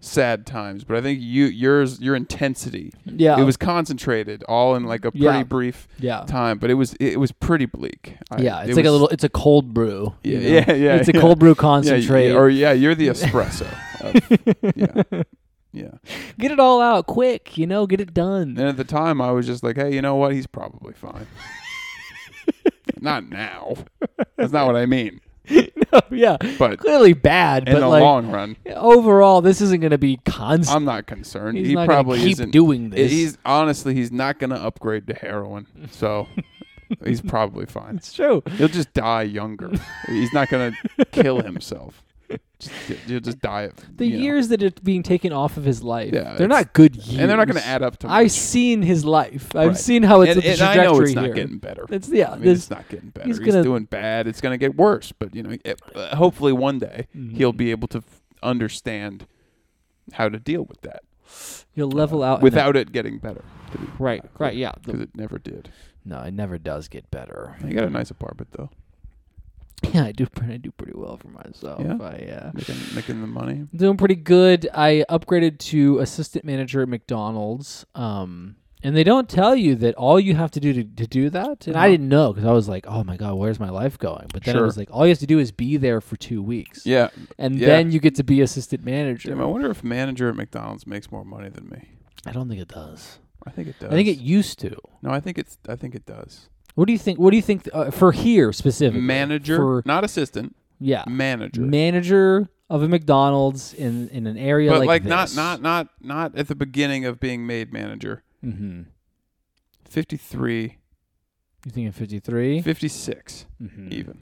S2: sad times, but I think you yours your intensity
S1: yeah,
S2: it was concentrated all in like a pretty
S1: Yeah.
S2: brief
S1: yeah,
S2: time, but it was it, was pretty bleak. I-
S1: yeah.
S2: it
S1: It's like a
S2: was-
S1: little. It's a cold brew. you
S2: Yeah,
S1: know?
S2: yeah, yeah,
S1: It's a
S2: yeah.
S1: cold brew
S2: yeah, you-
S1: concentrate.
S2: or yeah, you're the espresso. of- yeah. Yeah.
S1: get it all out quick. You know, get it done.
S2: And at the time, I was just like, hey, you know what? He's probably fine. not now. That's not what I mean.
S1: yeah,
S2: But
S1: clearly bad,
S2: in
S1: but
S2: the
S1: like
S2: long run,
S1: overall, this isn't going to be constant.
S2: I'm not concerned.
S1: He's
S2: he
S1: not gonna
S2: probably
S1: keep
S2: isn't
S1: doing
S2: I-
S1: this.
S2: He's honestly, he's not going to upgrade to heroin. So he's probably fine.
S1: it's true.
S2: He'll just die younger. he's not going to kill himself. Just, he'll just die. at-
S1: The
S2: you know.
S1: years that it's being taken off of his life,
S2: Yeah,
S1: they're
S2: it's-
S1: not good years,
S2: and they're not going to add up to.
S1: I've
S2: much.
S1: seen his life. I've
S2: Right.
S1: seen how it's
S2: and,
S1: a
S2: and
S1: trajectory
S2: I know it's
S1: here.
S2: not getting better.
S1: It's yeah.
S2: I mean,
S1: this,
S2: it's not getting better.
S1: he's
S2: He's,
S1: gonna-
S2: doing bad. It's going to get worse. But you know, it, uh, hopefully one day
S1: Mm-hmm.
S2: he'll be able to f- understand how to deal with that
S1: you'll level out in that-
S2: without it getting better.
S1: right, right, yeah. The-
S2: because it never did.
S1: no, it never does get better.
S2: You got a nice apartment though.
S1: Yeah, I do. pre- I do pretty well for myself.
S2: Yeah?
S1: I, uh,
S2: Making, making the money.
S1: doing pretty good. I upgraded to assistant manager at McDonald's. Um, and they don't tell you that all you have to do to, to do that. And I
S2: Uh-huh.
S1: didn't know because I was like, oh my God, where's my life going? But then it
S2: Sure.
S1: was like, all you have to do is be there for two weeks.
S2: Yeah,
S1: And
S2: yeah.
S1: then you get to be assistant manager.
S2: Jim. I wonder if manager at McDonald's makes more money than me.
S1: I don't think it does.
S2: I think it does.
S1: I think it used to.
S2: No, I think it's. I think it does.
S1: What do you think? What do you think uh, for here specifically?
S2: Manager,
S1: For,
S2: not assistant.
S1: yeah.
S2: Manager.
S1: Manager of a McDonald's in, in an area
S2: but
S1: like,
S2: like not not not not at the beginning of being made manager.
S1: Mm-hmm.
S2: Fifty three.
S1: You think in 53?
S2: 56
S1: Mhm.
S2: even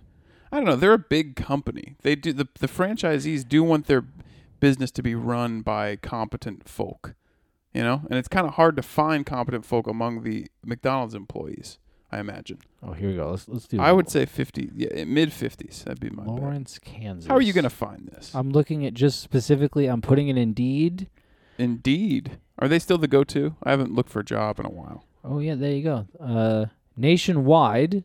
S2: i don't know they're a big company they do the, the franchisees do want their business to be run by competent folk you know and it's kind of hard to find competent folk among the mcdonald's employees I imagine.
S1: Oh, here we go. Let's let's do.
S2: I would say 50, yeah, mid 50s. That'd be my bet.
S1: Lawrence, Kansas.
S2: How are you going to find this?
S1: I'm looking at just specifically. I'm putting in Indeed.
S2: Indeed. Are they still the go to? I haven't looked for a job in a while.
S1: Oh yeah, there you go. Uh, nationwide,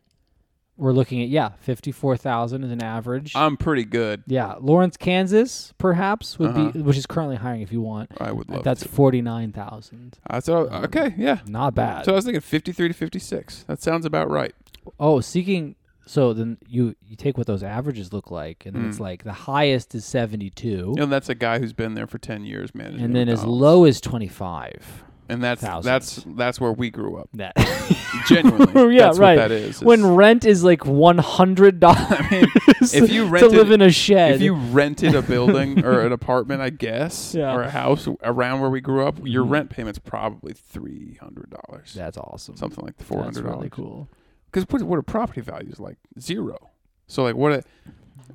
S1: we're looking at yeah, fifty-four thousand is an average.
S2: I'm pretty good.
S1: yeah, Lawrence, Kansas, perhaps would be
S2: Uh-huh.
S1: which is currently hiring if you want.
S2: I would love
S1: That's
S2: to.
S1: forty-nine thousand.
S2: I thought, okay, yeah.
S1: Not bad.
S2: So I was thinking 53 to 56. That sounds about right.
S1: oh, seeking. So then you you take what those averages look like, and then it's
S2: Mm.
S1: like the highest is seventy-two,
S2: You know, that's a guy who's been there for 10 years managing.
S1: and then as
S2: McDonald's.
S1: low as twenty-five.
S2: And that's
S1: thousands.
S2: that's that's where we grew up.
S1: That.
S2: Genuinely.
S1: yeah,
S2: that's
S1: right.
S2: What that is.
S1: when
S2: It's-
S1: rent is like one hundred dollars
S2: if you
S1: to
S2: rented
S1: live in a shed,
S2: if you rented a building or an apartment, I guess,
S1: Yeah. Mm-hmm.
S2: or a house around where we grew up, your rent payment's probably three hundred dollars,
S1: that's awesome.
S2: something like the four hundred
S1: That's
S2: dollars.
S1: really cool.
S2: Because what what are property values like? Zero. So like what? It,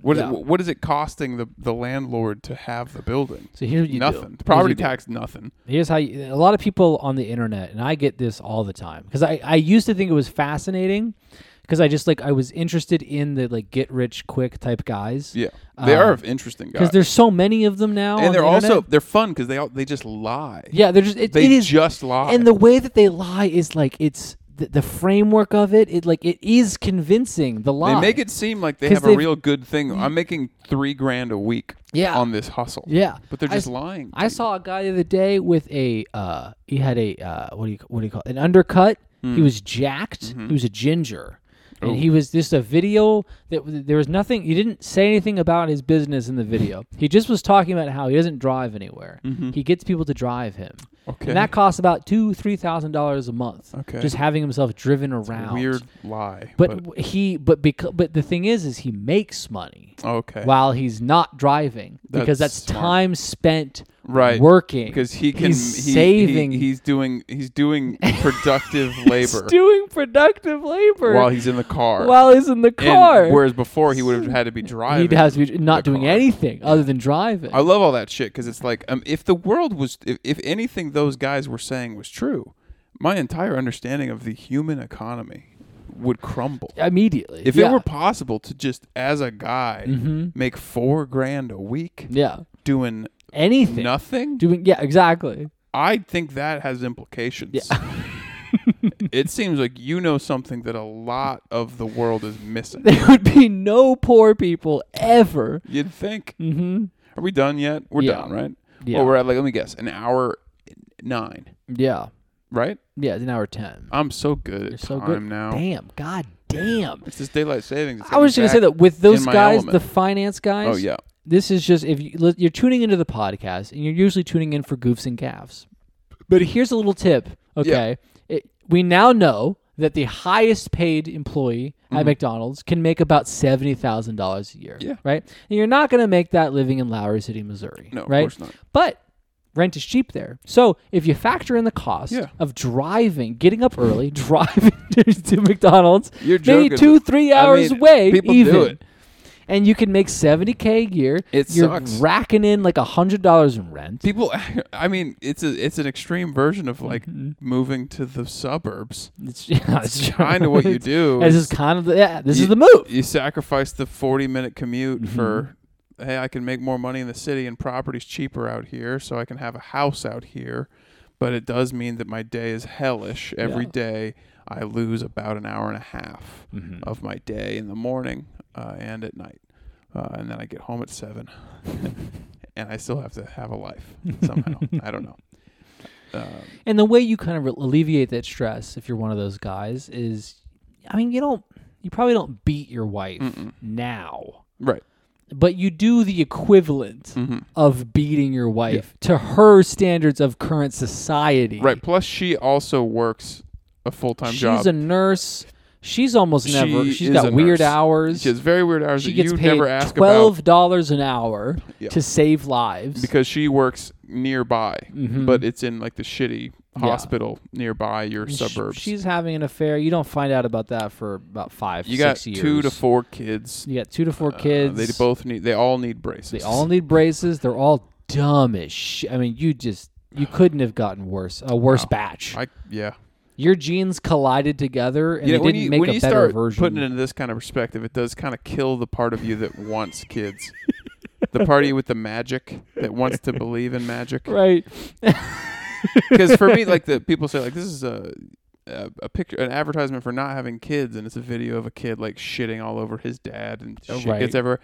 S2: what,
S1: Yeah.
S2: it, what is it costing the, the landlord to have the building?
S1: So here's what you do.
S2: nothing.
S1: Here's what
S2: Property
S1: you do.
S2: tax, nothing.
S1: Here's how you, a lot of people on the internet, and I get this all the time because I, I used to think it was fascinating because I just like I was interested in the like get rich quick type guys
S2: Yeah, they
S1: Um,
S2: are interesting guys,
S1: because there's so many of them now, on
S2: and they're
S1: the
S2: also
S1: internet.
S2: they're fun because they all, they just lie.
S1: yeah they're just it,
S2: they
S1: it is
S2: just lie.
S1: and the way that they lie is like it's the, the framework of it it like it is convincing the lie
S2: they make it seem like they
S1: 'Cause
S2: have a
S1: they've-
S2: real good thing. I'm making three grand a week
S1: Yeah.
S2: on this hustle.
S1: yeah
S2: But they're
S1: I
S2: just
S1: s-
S2: lying.
S1: I saw a guy the other day with a uh, he had a uh, what do you what do you call it? an undercut.
S2: Hmm.
S1: He was jacked.
S2: Mm-hmm.
S1: He was a ginger, and
S2: Oh.
S1: he was just a video that there was nothing. He didn't say anything about his business in the video. He just was talking about how he doesn't drive anywhere. He gets people to drive him,
S2: Mm-hmm. Okay.
S1: and that costs about two three thousand dollars a month.
S2: Okay.
S1: just having himself driven around.
S2: Weird lie.
S1: but, w- he but because but the thing is is he makes money
S2: okay.
S1: while he's not driving because that's
S2: That's smart.
S1: time spent
S2: Right.
S1: working
S2: Because he can
S1: he's
S2: he- he-
S1: saving
S2: he's doing he's doing productive labor
S3: doing productive labor
S2: while he's in the car.
S3: while he's in the
S2: And
S3: car.
S2: whereas before he would have had to be driving.
S1: he has to be not
S2: the
S1: doing
S2: car.
S1: anything other than driving
S2: I love all that shit because it's like um, if the world was if, if anything those guys were saying was true, my entire understanding of the human economy would crumble.
S1: immediately
S2: If
S1: yeah. Mm-hmm.
S2: it were possible to just as a guy make four grand a week
S1: yeah
S2: doing
S1: anything
S2: nothing,
S1: doing yeah exactly
S2: I think that has implications. it seems like you know something that a lot of the world is missing.
S1: there would be no poor people ever
S2: You'd think.
S1: mm-hmm
S2: Are we done yet? We're
S1: Yeah.
S2: done, right?
S1: yeah
S2: Well, we're at like let me guess, an hour nine,
S1: yeah
S2: right?
S1: yeah it's an hour 10
S2: I'm so good at
S1: You're so
S2: time
S1: good
S2: now.
S1: damn god damn
S2: It's this daylight savings. It's
S1: I was going
S2: like
S1: to
S2: back-
S1: say that with those
S2: in my
S1: guys,
S2: element.
S1: the finance guys.
S2: Oh yeah,
S1: This is just if you, li- you're tuning into the podcast, and you're usually tuning in for goofs and gaffs. But here's a little tip. Okay, it, we now know that the highest paid employee at McDonald's can make about seventy thousand dollars a year.
S2: Mm-hmm. Yeah.
S1: Right. And you're not going to make that living in Lowry City, Missouri.
S2: No, of
S1: Right.
S2: course not.
S1: But rent is cheap there. So if you factor in the cost
S2: Yeah.
S1: of driving, getting up early, driving to, to McDonald's,
S2: You're
S1: maybe
S2: joking,
S1: two,
S2: but-
S1: three
S2: I
S1: hours
S2: mean,
S1: away,
S2: people do
S1: even.
S2: it.
S1: And you can make seventy k a year.
S2: It
S1: You're
S2: sucks.
S1: racking in like hundred dollars in rent.
S2: people. I mean, it's a it's an extreme version of like
S1: Mm-hmm.
S2: moving to the suburbs.
S1: It's, yeah, it's
S2: Kind of what you do.
S1: This
S2: is
S1: is kind of the, yeah. This
S2: you,
S1: is the move.
S2: You sacrifice the 40 minute commute for,
S1: Mm-hmm.
S2: hey, I can make more money in the city and property's cheaper out here, so I can have a house out here. But it does mean that my day is hellish every
S1: Yeah.
S2: day. I lose about an hour and a half
S1: Oh.
S2: of my day in the morning uh, and at night. Uh, and then I get home at seven. and I still have to have a life somehow. I don't know. Um,
S1: And the way you kind of re- alleviate that stress, if you're one of those guys, is, I mean, you don't, you probably don't beat your wife now.
S2: right.
S1: but you do the equivalent
S2: Mm-hmm.
S1: of beating your wife to her standards of current society.
S2: Right. Plus, she also works a full time
S1: She's
S2: job.
S1: a nurse. She's almost
S2: She
S1: never. She's
S2: is
S1: got
S2: a
S1: weird
S2: nurse.
S1: hours.
S2: She has very weird hours
S1: she
S2: that
S1: gets
S2: you
S1: paid
S2: never ask
S1: twelve
S2: about
S1: dollars an hour
S2: Yeah.
S1: to save lives.
S2: because she works nearby,
S1: Mm-hmm.
S2: but it's in like the shitty hospital nearby your
S1: Sh-
S2: suburbs.
S1: She's having an affair. You don't find out about that for about five.
S2: you got
S1: six years.
S2: two to four kids.
S1: You got two to four
S2: Uh,
S1: kids.
S2: they both need. They all need braces.
S1: They all need braces. They're all dumb as shit. I mean, you just you couldn't have gotten worse. A worse batch.
S2: I yeah.
S1: your genes collided together and
S2: you know,
S1: they
S2: when
S1: didn't
S2: you,
S1: make
S2: when
S1: a
S2: you
S1: better
S2: start
S1: version.
S2: putting it into this kind of perspective, it does kind of kill the part of you that wants kids. the part of you with the magic that wants to believe in magic.
S3: Right.
S2: Because for me, like the people say, like this is a, a a picture, an advertisement for not having kids, and it's a video of a kid like shitting all over his dad and
S1: Oh,
S2: shit
S1: right.
S2: gets everywhere.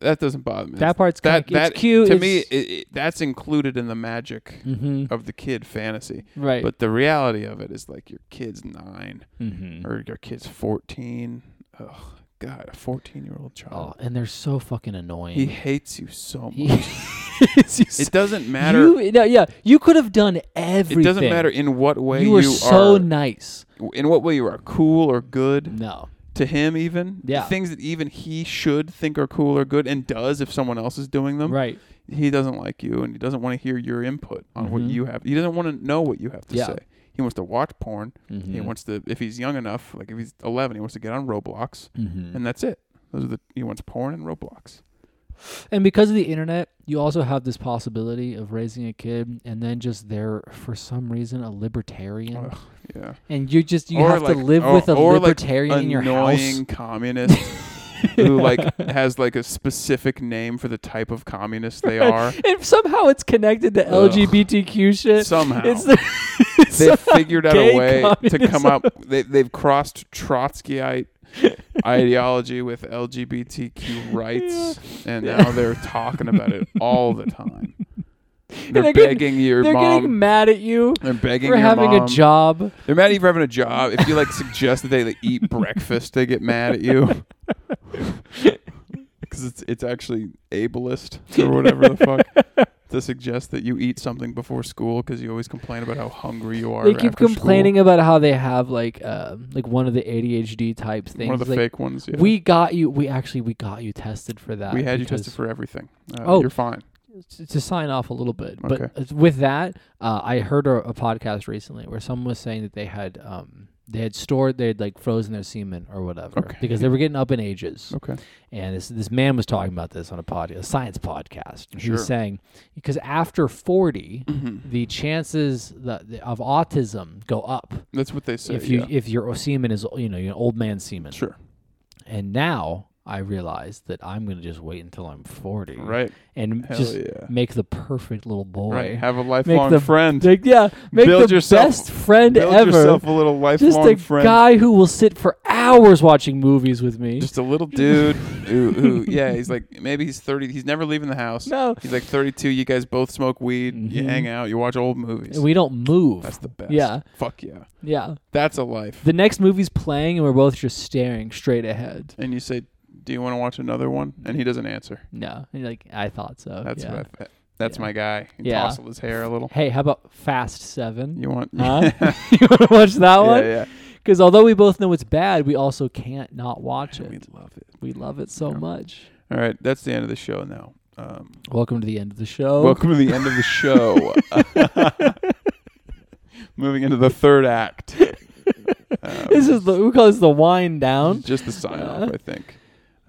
S2: That doesn't bother me.
S1: that part's
S2: that-
S1: kinda,
S2: that-
S1: it's cute.
S2: to
S1: it's,
S2: me, it, it, that's included in the magic
S1: hmm
S2: of the kid fantasy.
S3: Right.
S2: But the reality of it is like your kid's nine
S1: hmm
S2: or your kid's fourteen. Oh God, a fourteen-year-old
S1: Oh,
S2: child.
S1: and they're so fucking annoying.
S2: He hates you so much.
S1: He- It's just-
S2: it doesn't matter.
S1: You, no, yeah, you could have done everything.
S2: it doesn't matter in what way
S1: You
S2: you,
S1: were so
S2: are.
S1: nice.
S2: in what way you are cool or good
S1: No,
S2: to him, even
S1: Yeah.
S2: things that even he should think are cool or good and does if someone else is doing them.
S1: right?
S2: He doesn't like you, and he doesn't want to hear your input on what
S1: Mhm.
S2: you have. He doesn't want to know what you have to
S1: Yeah.
S2: say. He wants to watch porn. He
S1: Mhm.
S2: wants to, if he's young enough, like if he's 11, he wants to get on Roblox,
S1: Mhm.
S2: and that's it. Those are the he wants porn and Roblox.
S1: And because of the internet, you also have this possibility of raising a kid and then just they're for some reason a libertarian,
S2: Ugh, yeah,
S1: and you just you
S2: Or
S1: have
S2: like-
S1: to live
S2: or-
S1: with a
S2: or like
S1: libertarian in your
S2: annoying
S1: house.
S2: communist who like has like a specific name for the type of communist they are.
S3: and somehow it's connected to
S2: Ugh.
S3: LGBTQ shit.
S2: Somehow
S3: It's the
S2: they figured out a
S3: gay
S2: way to come
S3: communism.
S2: up. They they've crossed Trotskyite ideology with LGBTQ rights, and now they're talking about it all the time. They're,
S3: they're getting-
S2: begging your
S3: they're
S2: mom.
S3: getting mad at you
S2: they're begging
S3: for
S2: your
S3: having
S2: mom.
S3: a job.
S2: They're mad at you for having a job. If you like suggest that they like, eat breakfast, they get mad at you. Because it's it's actually ableist or whatever the fuck to suggest that you eat something before school because you always complain about how hungry you are.
S3: They keep
S2: after school.
S3: complaining about how they have like um like one of the ADHD type things.
S2: One of the
S3: like,
S2: fake ones. Yeah.
S1: We got you. We actually we got you tested for that.
S2: we had you
S1: because-
S2: tested for everything. Uh,
S1: Oh.
S2: you're fine.
S1: s- to sign off a little bit, but
S2: Okay.
S1: it's- with that, uh, I heard a, a podcast recently where someone was saying that they had um, they had stored they had like frozen their semen or whatever
S2: Okay.
S1: because they were getting up in ages,
S2: Okay.
S1: and this this man was talking about this on a podcast, a science podcast. He
S2: Sure.
S1: was saying because after forty, the chances that, of autism go up
S2: That's what they say.
S1: if you
S2: yeah.
S1: if your semen is you know your old man semen,
S2: sure.
S1: and now. I realize that I'm gonna just wait until I'm 40,
S2: Right.
S1: And
S2: Hell
S1: just
S2: yeah.
S1: make the perfect little boy,
S2: Right. Have a lifelong
S3: the-
S2: friend.
S3: Like, yeah, make
S2: Build
S3: the
S2: yourself-
S3: best friend
S2: Build
S3: ever.
S2: yourself a little
S3: Just
S2: lifelong
S3: a
S2: friend.
S3: guy who will sit for hours watching movies with me.
S2: Just a little dude who, who, yeah, he's like maybe he's thirty. He's never leaving the house.
S3: no,
S2: He's like thirty-two. You guys both smoke weed. You
S1: Mhm.
S2: hang out. You watch old movies.
S1: And we don't move.
S2: That's the best.
S3: Yeah.
S2: Fuck yeah.
S3: yeah.
S2: That's a life.
S1: the next movie's playing, and we're both just staring straight ahead.
S2: And you say, "Do you want to watch another one?" And he doesn't answer.
S1: No, and you're like I thought so.
S2: That's
S1: yeah.
S2: what. I, that's
S1: Yeah.
S2: my guy. He
S1: Yeah.
S2: tousled his hair a little.
S1: Hey, how about Fast Seven?
S2: You want?
S1: Huh? Oh, you want to watch that
S2: yeah,
S1: one?
S2: yeah.
S1: Because although we both know it's bad, we also can't not watch
S2: We
S1: it.
S2: love it.
S1: We love it so
S2: Yeah.
S1: much.
S2: All right, that's the end of the show now. Um,
S1: Welcome to the end of the show.
S2: Welcome to the end of the show. Moving into the third act. Um,
S1: This is the we call this the wind down. Uh,
S2: just the sign off, I think.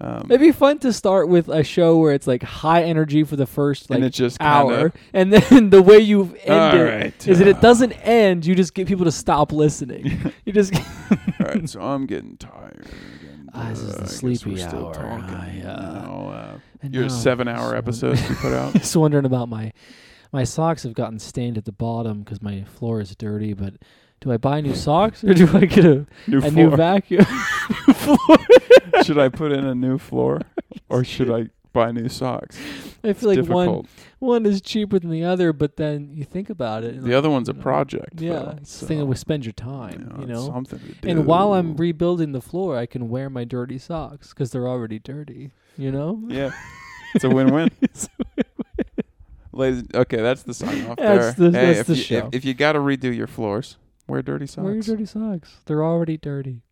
S2: Um,
S1: It'd be fun to start with a show where it's like high energy for the first like
S2: and it just
S1: hour,
S2: kinda,
S1: and then the way you've ended
S2: All
S1: it
S2: right,
S1: is that
S2: uh,
S1: it doesn't end. You just get people to stop listening. you just
S2: All right, so I'm getting tired. And,
S1: Ah, this is the
S2: I guess
S1: sleepy
S2: we're still
S1: hour.
S2: Talking,
S1: I,
S2: you
S1: uh,
S2: know, uh,
S1: And
S2: your
S1: now I'm
S2: seven-hour
S1: just
S2: episode you put out.
S1: wondering- Just wondering about my my socks have gotten stained at the bottom because my floor is dirty. But do I buy new socks or do I get a,
S2: New
S1: a new
S2: floor.
S1: vacuum? New floor.
S2: should I put in a new floor, or should I buy new socks?
S1: I feel like one
S2: Difficult.
S1: one is cheaper than the other, but then you think about it. And
S2: the other one's a
S1: know,
S2: project.
S1: yeah,
S2: though,
S1: it's
S2: so,
S1: the thing that we spend your time. you
S2: it's
S1: know,
S2: something to
S1: And while I'm
S2: do.
S1: rebuilding the floor, I can wear my dirty socks because they're already dirty. You know,
S2: Yeah. It's a win-win. Ladies, okay, that's the sign off there.
S1: That's the-
S2: hey,
S1: that's
S2: if
S1: the
S2: you,
S1: show.
S2: If, if you got to redo your floors, wear dirty socks.
S1: wear your dirty socks. They're already dirty.